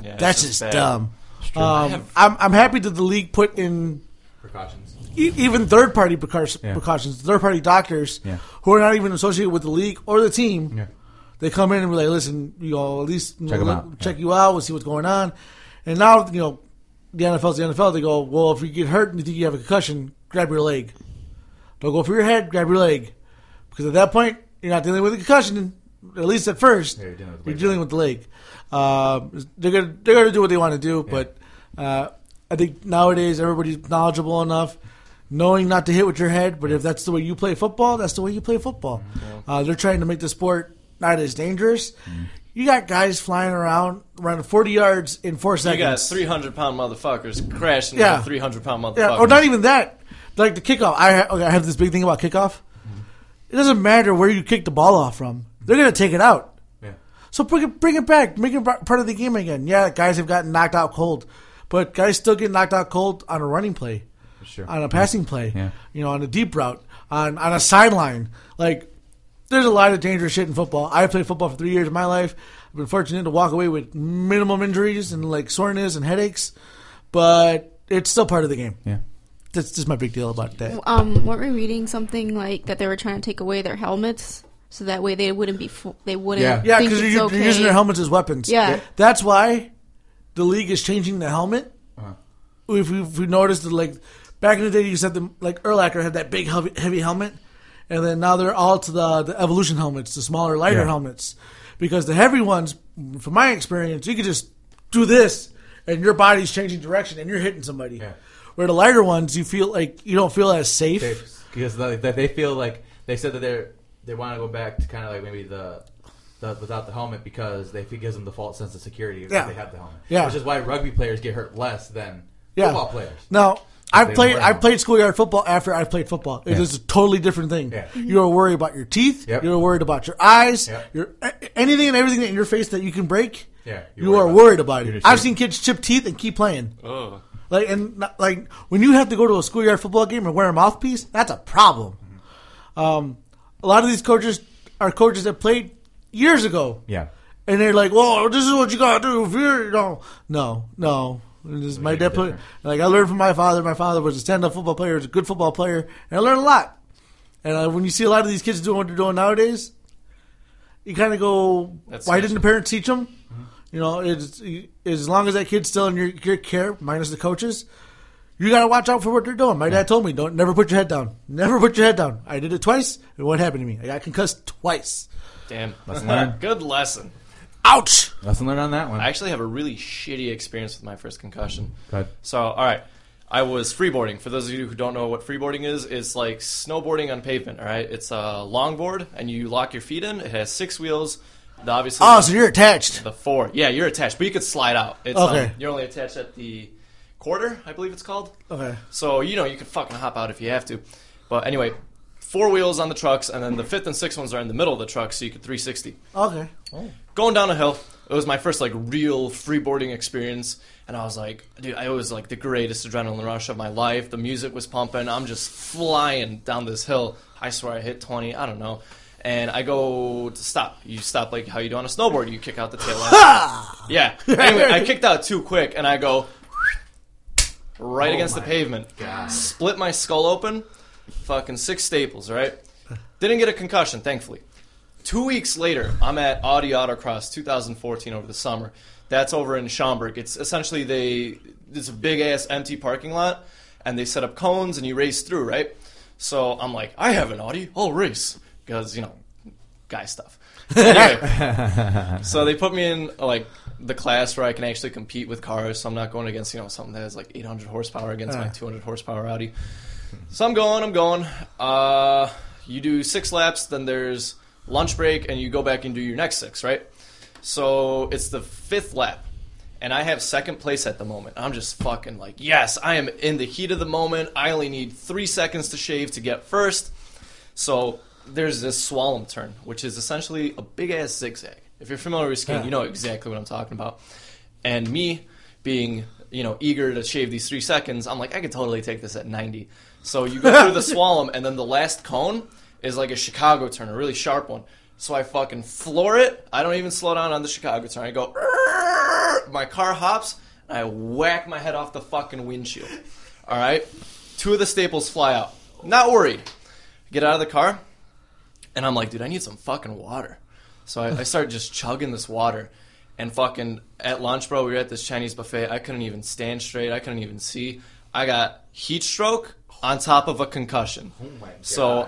Yeah, it's
that's just
bad.
dumb. Um,
have-
I'm I'm happy that the league put in
Precautions.
e- even third party precautions,
Yeah.
precautions third party doctors
Yeah.
who are not even associated with the league or the team.
Yeah.
They come in and be like, listen, you know, at least check,
'em out.
check you out. We'll see what's going on. And now, you know, the NFL's the NFL. They go, well, if you get hurt and you think you have a concussion, grab your leg. Don't go for your head, grab your leg. Because at that point, you're not dealing with a concussion, at least at first.
Yeah, you're dealing with the
You're
leg.
dealing with the leg. Um, they're gonna they're gonna do what they want to do, but uh, I think nowadays everybody's knowledgeable enough, knowing not to hit with your head. But if that's the way you play football, that's the way you play football. Uh, they're trying to make the sport not as dangerous. You got guys flying around around forty yards in four
You got
seconds.
300 pound motherfuckers crashing
Yeah.
into 300 pound motherfuckers.
Oh,
yeah, or
e-
not even that. Like the kickoff. I ha- okay, I have this big thing about kickoff. It doesn't matter where you kick the ball off from. They're gonna take it out.
Yeah.
So bring it, bring it back. Make it part of the game again. Yeah, guys have gotten knocked out cold, but guys still get knocked out cold on a running play,
Sure.
on a passing play,
Yeah.
you know, on a deep route, on on a sideline. Like, there's a lot of dangerous shit in football. I played football for three years of my life. I've been fortunate to walk away with minimum injuries and like soreness and headaches, but it's still part of the game.
Yeah.
That's just my big deal about that.
um, weren't we reading something like that? They were trying to take away their helmets so that way they wouldn't be fo- they wouldn't
Yeah.
Yeah,
think
because
it's
you're,
okay.
you're using their helmets as weapons.
Yeah.
that's why the league is changing the helmet.
Uh-huh.
If we, if we noticed that, like back in the day, you said the like Erlacher had that big heavy, heavy helmet, and then now they're all to the the evolution helmets, the smaller, lighter
Yeah.
helmets, because the heavy ones, from my experience, you could just do this, and your body's changing direction, and you're hitting somebody.
Yeah.
Where the lighter ones, you feel like you don't feel as safe.
They, because they, that they feel like they said that they're they want to go back to kind of like maybe the. the without the helmet, because they it gives them the false sense of security if
Yeah.
they have the helmet,
Yeah.
which is why rugby players get hurt less than
Yeah.
football players.
Now, I
They
played.
were.
I played schoolyard football after I played football. It is
Yeah.
a totally different thing.
Yeah. Mhm.
You're worried about your teeth.
Yep.
You're worried about your eyes.
Yep.
Your a- anything and everything in your face that you can break.
Yeah, you're
you
worried
are
about it.
worried about
You're
it.
just
I've
sure.
seen kids chip teeth and keep playing.
Oh.
Like and not- like when you have to go to a schoolyard football game and wear a mouthpiece, that's a problem.
Mm-hmm.
Um, a lot of these coaches are coaches that played years ago.
Yeah,
And they're like, "Well, this is what you gotta do if you're, you know, no, no." This is my
make it
dad put
different.
like I learned from my father. My father was a stand-up football player, was a good football player, and I learned a lot. And uh, when you see a lot of these kids doing what they're doing nowadays, you kind of go,
That's
"Why
special. Mm-hmm.
didn't the parents teach them?" You know, it's, as long as that kid's still in your, your care, minus the coaches, you gotta watch out for what they're doing. My dad told me, "Don't never put your head down. Never put your head down." I did it twice, and what happened to me? I got concussed twice.
Damn.
Lesson learned.
Good lesson.
Ouch.
lesson learned on that one.
I actually have a really shitty experience with my first concussion.
Go ahead.
So, all right. I was freeboarding. For those of you who don't know what freeboarding is, it's like snowboarding on pavement. All right, it's a longboard, and you lock your feet in. It has six wheels. The, obviously,
Ah,
Oh, so you're attached.
the four. Yeah, you're attached, but you could slide out. It's,
Okay.
um, you're only attached at the quarter, I believe it's called.
Oh.
Okay.
So you know you can fucking hop out if you have to. But anyway, four wheels on the trucks, and then the fifth and sixth ones are in the middle of the truck, so you could 360.
Okay.
Going down a hill. It was my first like real freeboarding experience, and I was like, dude, I was like the greatest adrenaline rush of my life. The music was pumping. I'm just flying down this hill. I swear I hit 20. I don't know. And I go to stop. You stop like how you do on a snowboard. You kick out the tail end. Yeah. Anyway, I kicked out too quick, and I go right against the pavement. Split my skull open. Fucking six staples, right? Didn't get a concussion, thankfully. Two weeks later, I'm at Audi Autocross 2014 over the summer. That's over in Schaumburg. It's essentially they it's a big ass empty parking lot, and they set up cones and you race through, right? So I'm like, I have an Audi, I'll race because you know, guy stuff. Anyway, so they put me in like the class where I can actually compete with cars. So I'm not going against you know something that has like 800 horsepower against my 200 horsepower Audi. So I'm going, I'm going. Uh, you do six laps, then there's lunch break, and you go back and do your next six, right? So it's the fifth lap, and I have second place at the moment. I'm just fucking like, yes, I am in the heat of the moment. I only need three seconds to shave to get first. So there's this slalom turn, which is essentially a big ass zigzag. If you're familiar with skiing, you know exactly what I'm talking about. And me being, you know, eager to shave these three seconds, I'm like, I could totally take this at 90. So you go through the slalom, and then the last cone is like a Chicago turn, a really sharp one. So I fucking floor it. I don't even slow down on the Chicago turn. I go, "Arr!" my car hops, and I whack my head off the fucking windshield. All right? Two of the staples fly out. Not worried. Get out of the car, and I'm like, dude, I need some fucking water. So I, I started just chugging this water. And fucking at lunch, bro, we were at this Chinese buffet. I couldn't even stand straight. I couldn't even see. I got heat stroke on top of a concussion. Oh
my
So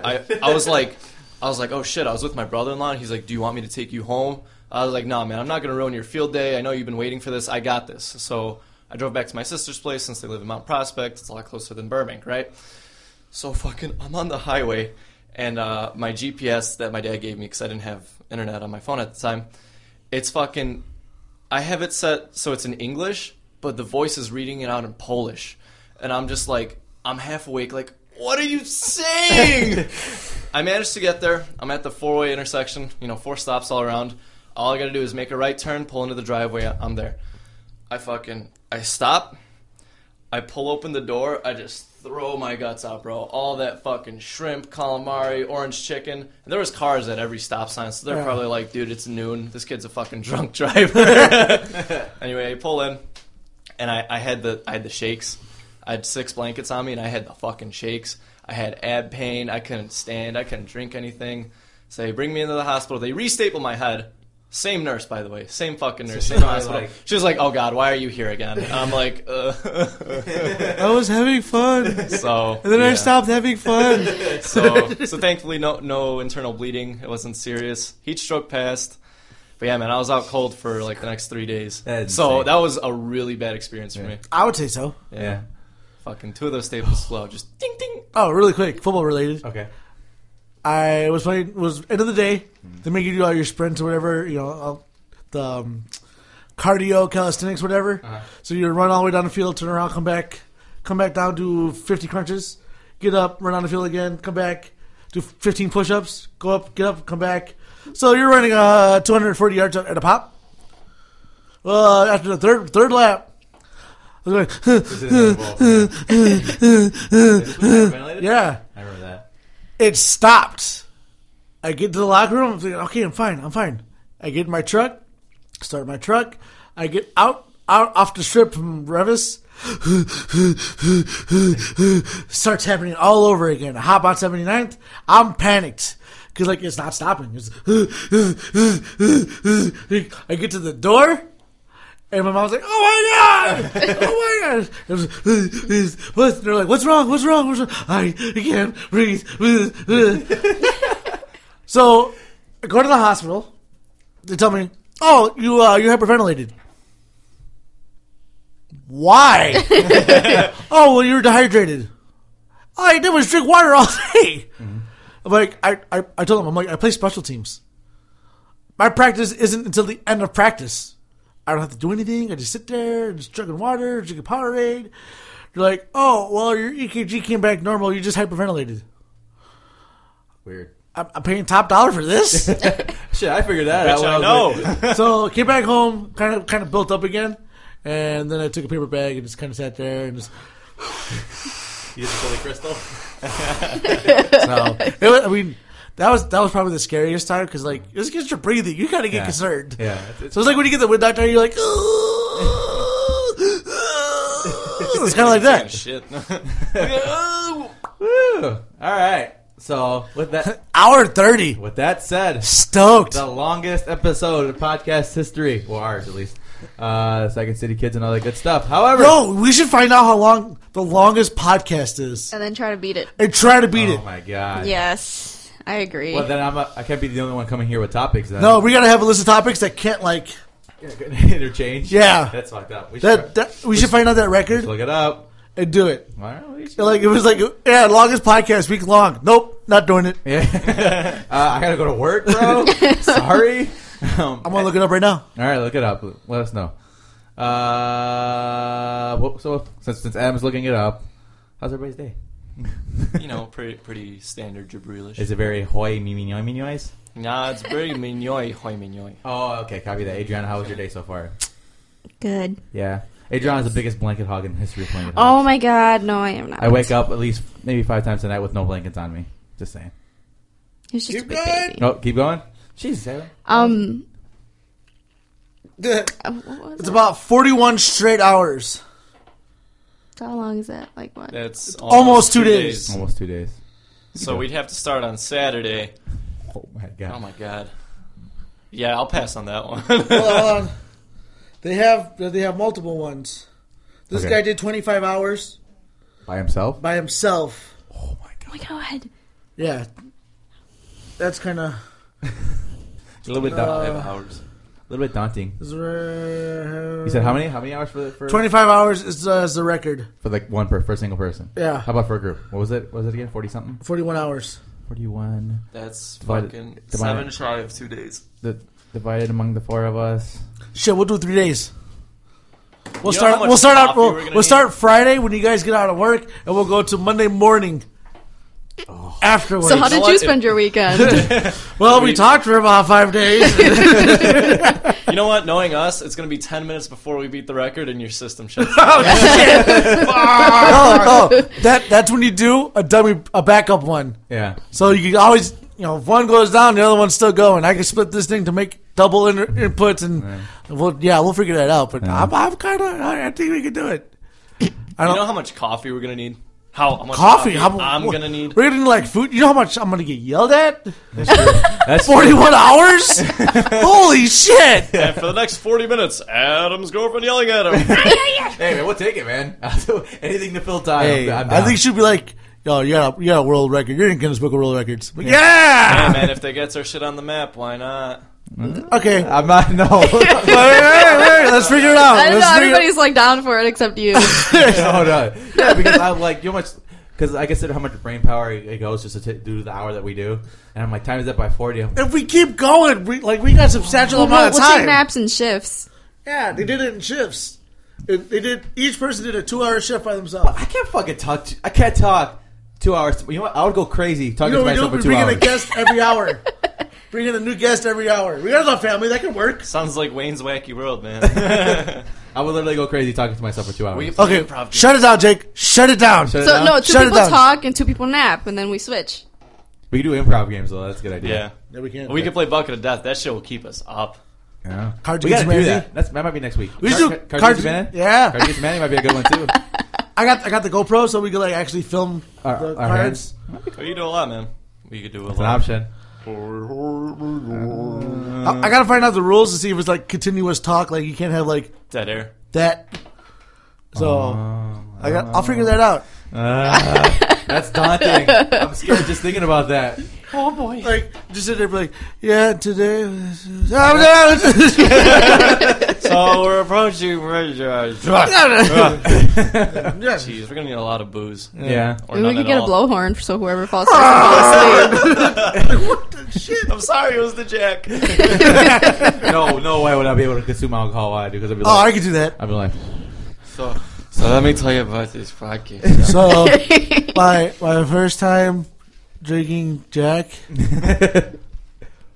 God.
I, I was like, I was like, oh shit. I was with my brother-in-law. And he's like, do you want me to take you home? I was like, nah, man. I'm not gonna ruin your field day. I know you've been waiting for this. I got this. So I drove back to my sister's place since they live in Mount Prospect. It's a lot closer than Burbank, right? So fucking, I'm on the highway, and uh, my GPS that my dad gave me because I didn't have internet on my phone at the time, it's fucking. I have it set so it's in English, but the voice is reading it out in Polish, and I'm just like, I'm half awake, like, what are you saying? I managed to get there. I'm at the four-way intersection. You know, four stops all around. All I gotta do is make a right turn, pull into the driveway. I'm there. I fucking, I stop. I pull open the door. I just throw my guts out, bro. All that fucking shrimp, calamari, orange chicken. And there was cars at every stop sign, so they're probably like, "Dude, it's noon. This kid's a fucking drunk driver." anyway, I pull in, and I, I had the I had the shakes. I had six blankets on me, and I had the fucking shakes. I had ab pain. I couldn't stand. I couldn't drink anything. So they bring me into the hospital. They restaple my head. Same nurse, by the way. Same fucking nurse. Same
she's probably
hospital.
like-
she was like, "Oh God, why are you here again?" And I'm like, uh,
I was having fun. And
so.
then I
yeah.
stopped having fun.
So, so thankfully, no no internal bleeding. It wasn't serious. Heat stroke passed. But yeah, man, I was out cold for like the next three days.
That is
so
insane.
that was a really bad experience for
Yeah.
me.
I would say so.
yeah.
Fucking two of those staples slow, just ding ding.
Oh, really quick, football related.
Okay.
I was playing. Was end of the day. They make you do all your sprints or whatever. You know, all, the um, cardio, calisthenics, whatever. So you run all the way down the field, turn around, come back, come back down, do 50 crunches, get up, run down the field again, come back, do 15 push-ups, go up, get up, come back. So you're running uh, 240 yards at a pop. Well, after the third third lap, I was like,
This is inevitable. Is this what happened related?
yeah.
I remember that.
it stopped. I get to the locker room. I'm thinking, okay, I'm fine. I'm fine. I get in my truck, start my truck. I get out, out off the strip from Revis. Starts happening all over again. I hop on 79th. I'm panicked because like it's not stopping. It's I get to the door. And my mom's like, "Oh my god! Oh my god!" It was, what? They're like, "What's wrong? What's wrong? What's wrong?" I, I can't breathe. so, I go to the hospital. They tell me, "Oh, you uh, you're hyperventilated." Why? oh, well, you were dehydrated. All I did was drink water all day. I'm like, I, I, I told him, I'm like, I play special teams. My practice isn't until the end of practice. I don't have to do anything. I just sit there, just drinking water, drinking Powerade. You're like, oh, well, your EKG came back normal. You just hyperventilated.
Weird.
I'm, I'm paying top dollar for this.
Shit, I figured that out.
Bitch,
when
I
was like-
know.
so came back home, kind of kind of built up again, and then I took a paper bag and just kind of sat there and just.
Use a Billy Crystal.
So it was, I mean, that was that was probably the scariest time because like this gets your breathing. You gotta get
Yeah.
concerned.
Yeah. It's, it's,
So it's like when you get the wind doctor, you're like. it's kind of like
Damn
that.
shit.
woo. All right. So with that
Hour thirty.
with that said,
Stoked.
the longest episode of podcast history, well, ours at least. Uh, Second City Kids and all that good stuff. However,
Bro, we should find out how long the longest podcast is
and then try to beat it.
and try to beat
oh
it.
my god.
Yes, I agree.
Well, then I'm a, I can't be the only one coming here with topics. Then.
No, we gotta have a list of topics that can't like
interchange.
Yeah.
that's fucked up. We should
that. that we should find out that record
look it up.
and do it.
Well, we should-
Like it was like yeah, longest podcast week long. Nope, not doing it.
Yeah. uh, I gotta go to work, bro. Sorry. Um,
I'm gonna look it up right now.
All right, look it up. Let us know. Uh, well, so since since Adam's looking it up, how's everybody's day?
you know, pretty pretty standard gibberish.
Is it very hoy miminoy minoys?
Nah, it's very mignoy, hoy mignoy.
Oh, okay, copy that. Adriana, how was your day so far?
Good.
Yeah, Adriana's the biggest blanket hog in the history of blanket.
Oh
hogs.
my god, no, I am not.
I wake up at least maybe five times a night with no blankets on me. Just saying.
He's just
Keep
a big
going.
baby.
Oh, keep going. Jesus, Adam.
Um,
It's
uh, what was it?
about 41 straight hours.
How long is that? Like what?
That's
Almost two days.
almost two days.
So we'd have to start on Saturday.
Oh my god.
Oh my god. Yeah, I'll pass on that one.
Hold on. They have they have multiple ones. This
Okay.
guy did 25 hours
By himself.
by himself.
Oh my god.
oh my god.
Yeah. That's kind of
A little bit, da-
Uh,
Five hours.
a little bit daunting. You said how many? How many hours for for
25 hours is, uh, is the record.
for like one per for a single person?
Yeah.
How about for a group? What was it? What was it again? Forty something.
41 hours.
Forty one.
That's
Divided-
fucking
divided.
seven shy of two days.
The divided among the four of us.
Shit, we'll do 3 days. We'll
You know how
start
much
we'll start out
coffee
we'll,
we're gonna
we'll
need?
start Friday when you guys get out of work and we'll go to Monday morning. Afterwards.
So how did
what?
you spend your weekend?
well, we
we-
talked for about 5 days.
You know what? Knowing us, it's gonna be ten minutes before we beat the record, and your system shuts. down.
oh, oh, that that's when you do a dummy, a backup one.
Yeah.
So you can always, you know, if one goes down, the other one's still going. I can split this thing to make double in- inputs, and well, yeah, we'll figure that out. But I'm, I'm kind of, I I think we can do it. I
You
don't
know how much coffee we're gonna need? How much
coffee.
coffee,
how-
I'm
what-
gonna need?
We're gonna need like food. You know how much I'm gonna get yelled at?
That's true.
Forty-one hours. Holy shit!
And for the next forty minutes, Adam's girlfriend yelling at him.
Hey man, we'll take it, man. I'll do anything to fill time.
Hey,
I'm
I
down.
think she'd be like, "Yo, you got a, you got a world record. You're in Guinness Book of World Records." But yeah.
yeah, man, if they get their shit on the map, why not?
Okay.
I'm not. No. no,
Hey, hey, hey, let's figure it out.
I don't
Let's
know.
figure it-
Everybody's like down for it except you.
no. Yeah, because I'm like, you know how much. Because I consider how much brain power it goes just to t- due to the hour that we do, and I'm like, times that by forty. I'm
if we keep going, we like we got substantial
we'll,
amount of
we'll take
time.
naps and shifts.
yeah, they did it in shifts. It, they did each person did a two hour shift by themselves.
I can't fucking talk. To, I can't talk two hours. You know what? I would go crazy talking
You know
to
what we do?
myself
We
for two
bring in
hours.
a guest every hour. bring in a new guest every hour. We got enough family that can work.
Sounds like Wayne's Wacky World, man.
I would literally go crazy talking to myself for two hours.
We-
Okay,
Improv dude.
shut it down, Jake. Shut it down.
Shut it
So
down.
no, two
Shut it
people
down.
talk and two people nap, and then we switch.
we can do improv games though. That's a good
yeah.
idea.
Yeah, we can.
We could play Bucket of Death. That shit will keep us up.
Yeah.
Cards
we gotta
Against
do
Humanity?
that. That's, that might be next week.
We should do
Cards
Cards-
Against Humanity?
yeah.
Cards Against Humanity might be a good one too.
I got I got the GoPro, so we could like actually film
Our-
the
our
cards.
We could do a lot, man. We could do a
It's an
lot.
option.
I, I gotta find out the rules to see if it's like continuous talk. Like you can't have like
Dead air.
that. So
Um,
I got. I'll figure that out.
uh, that's daunting. I'm scared just thinking about that.
Oh boy.
Like, just sit there and be like, yeah, today. was- oh, I'm
So we're approaching. Jeez,
down.
we're gonna need a lot of booze.
yeah.
Or
Maybe
none
we could
at
get
all.
a blowhorn so whoever falls first will fall asleep.
I'm sorry, it was the jack.
No, no way would I be able to consume alcohol while I do because I'd be
Oh, I
like,
could do that.
I'd be like,
so, so let me tell you about this podcast.
So, my my first time drinking Jack,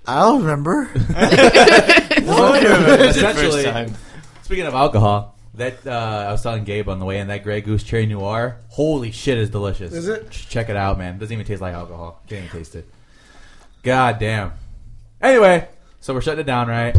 I don't remember.
Oh,
Well, wait a minute.
Essentially,
Essentially, speaking of alcohol, that uh, I was telling Gabe on the way in that Grey Goose Cherry Noir. Holy shit, is delicious.
Is it?
Ch- Check it out, man. Doesn't even taste like alcohol. Can't even taste it. God damn. Anyway, so we're shutting it down, right?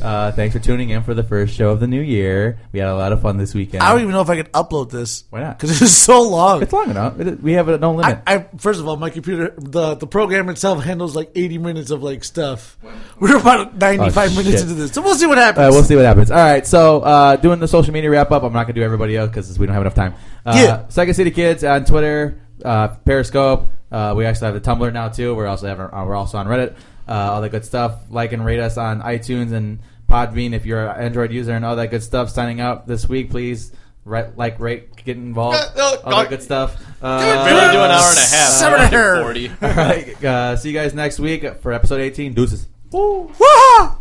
Uh, thanks for tuning in for the first show of the new year. We had a lot of fun this weekend.
I don't even know if I could upload this
Why not?
because it's so long.
It's long enough. It, we have it at no limit.
I, I first of all, my computer, the the program itself handles like 80 minutes of like stuff. We're about 95
Oh,
minutes
shit.
into this, so we'll see what
All right,
happens.
we'll see what happens. All right, so uh, doing the social media wrap up. I'm not gonna do everybody else because we don't have enough time. Uh,
Yeah.
Second City Kids on Twitter, uh, Periscope. Uh, we actually have the Tumblr now too. We're also having, uh, we're also on Reddit. Uh, all that good stuff. Like and rate us on iTunes and Podbean if you're an Android user and all that good stuff. Signing up this week, please. Right, like, rate, get involved.
Uh, no,
all that
no.
good stuff.
it,
Uh,
We're gonna do an hour and a half.
Seven and a half.
Forty.
all right, uh, see you guys next week for episode 18. Deuces.
Woo-ha!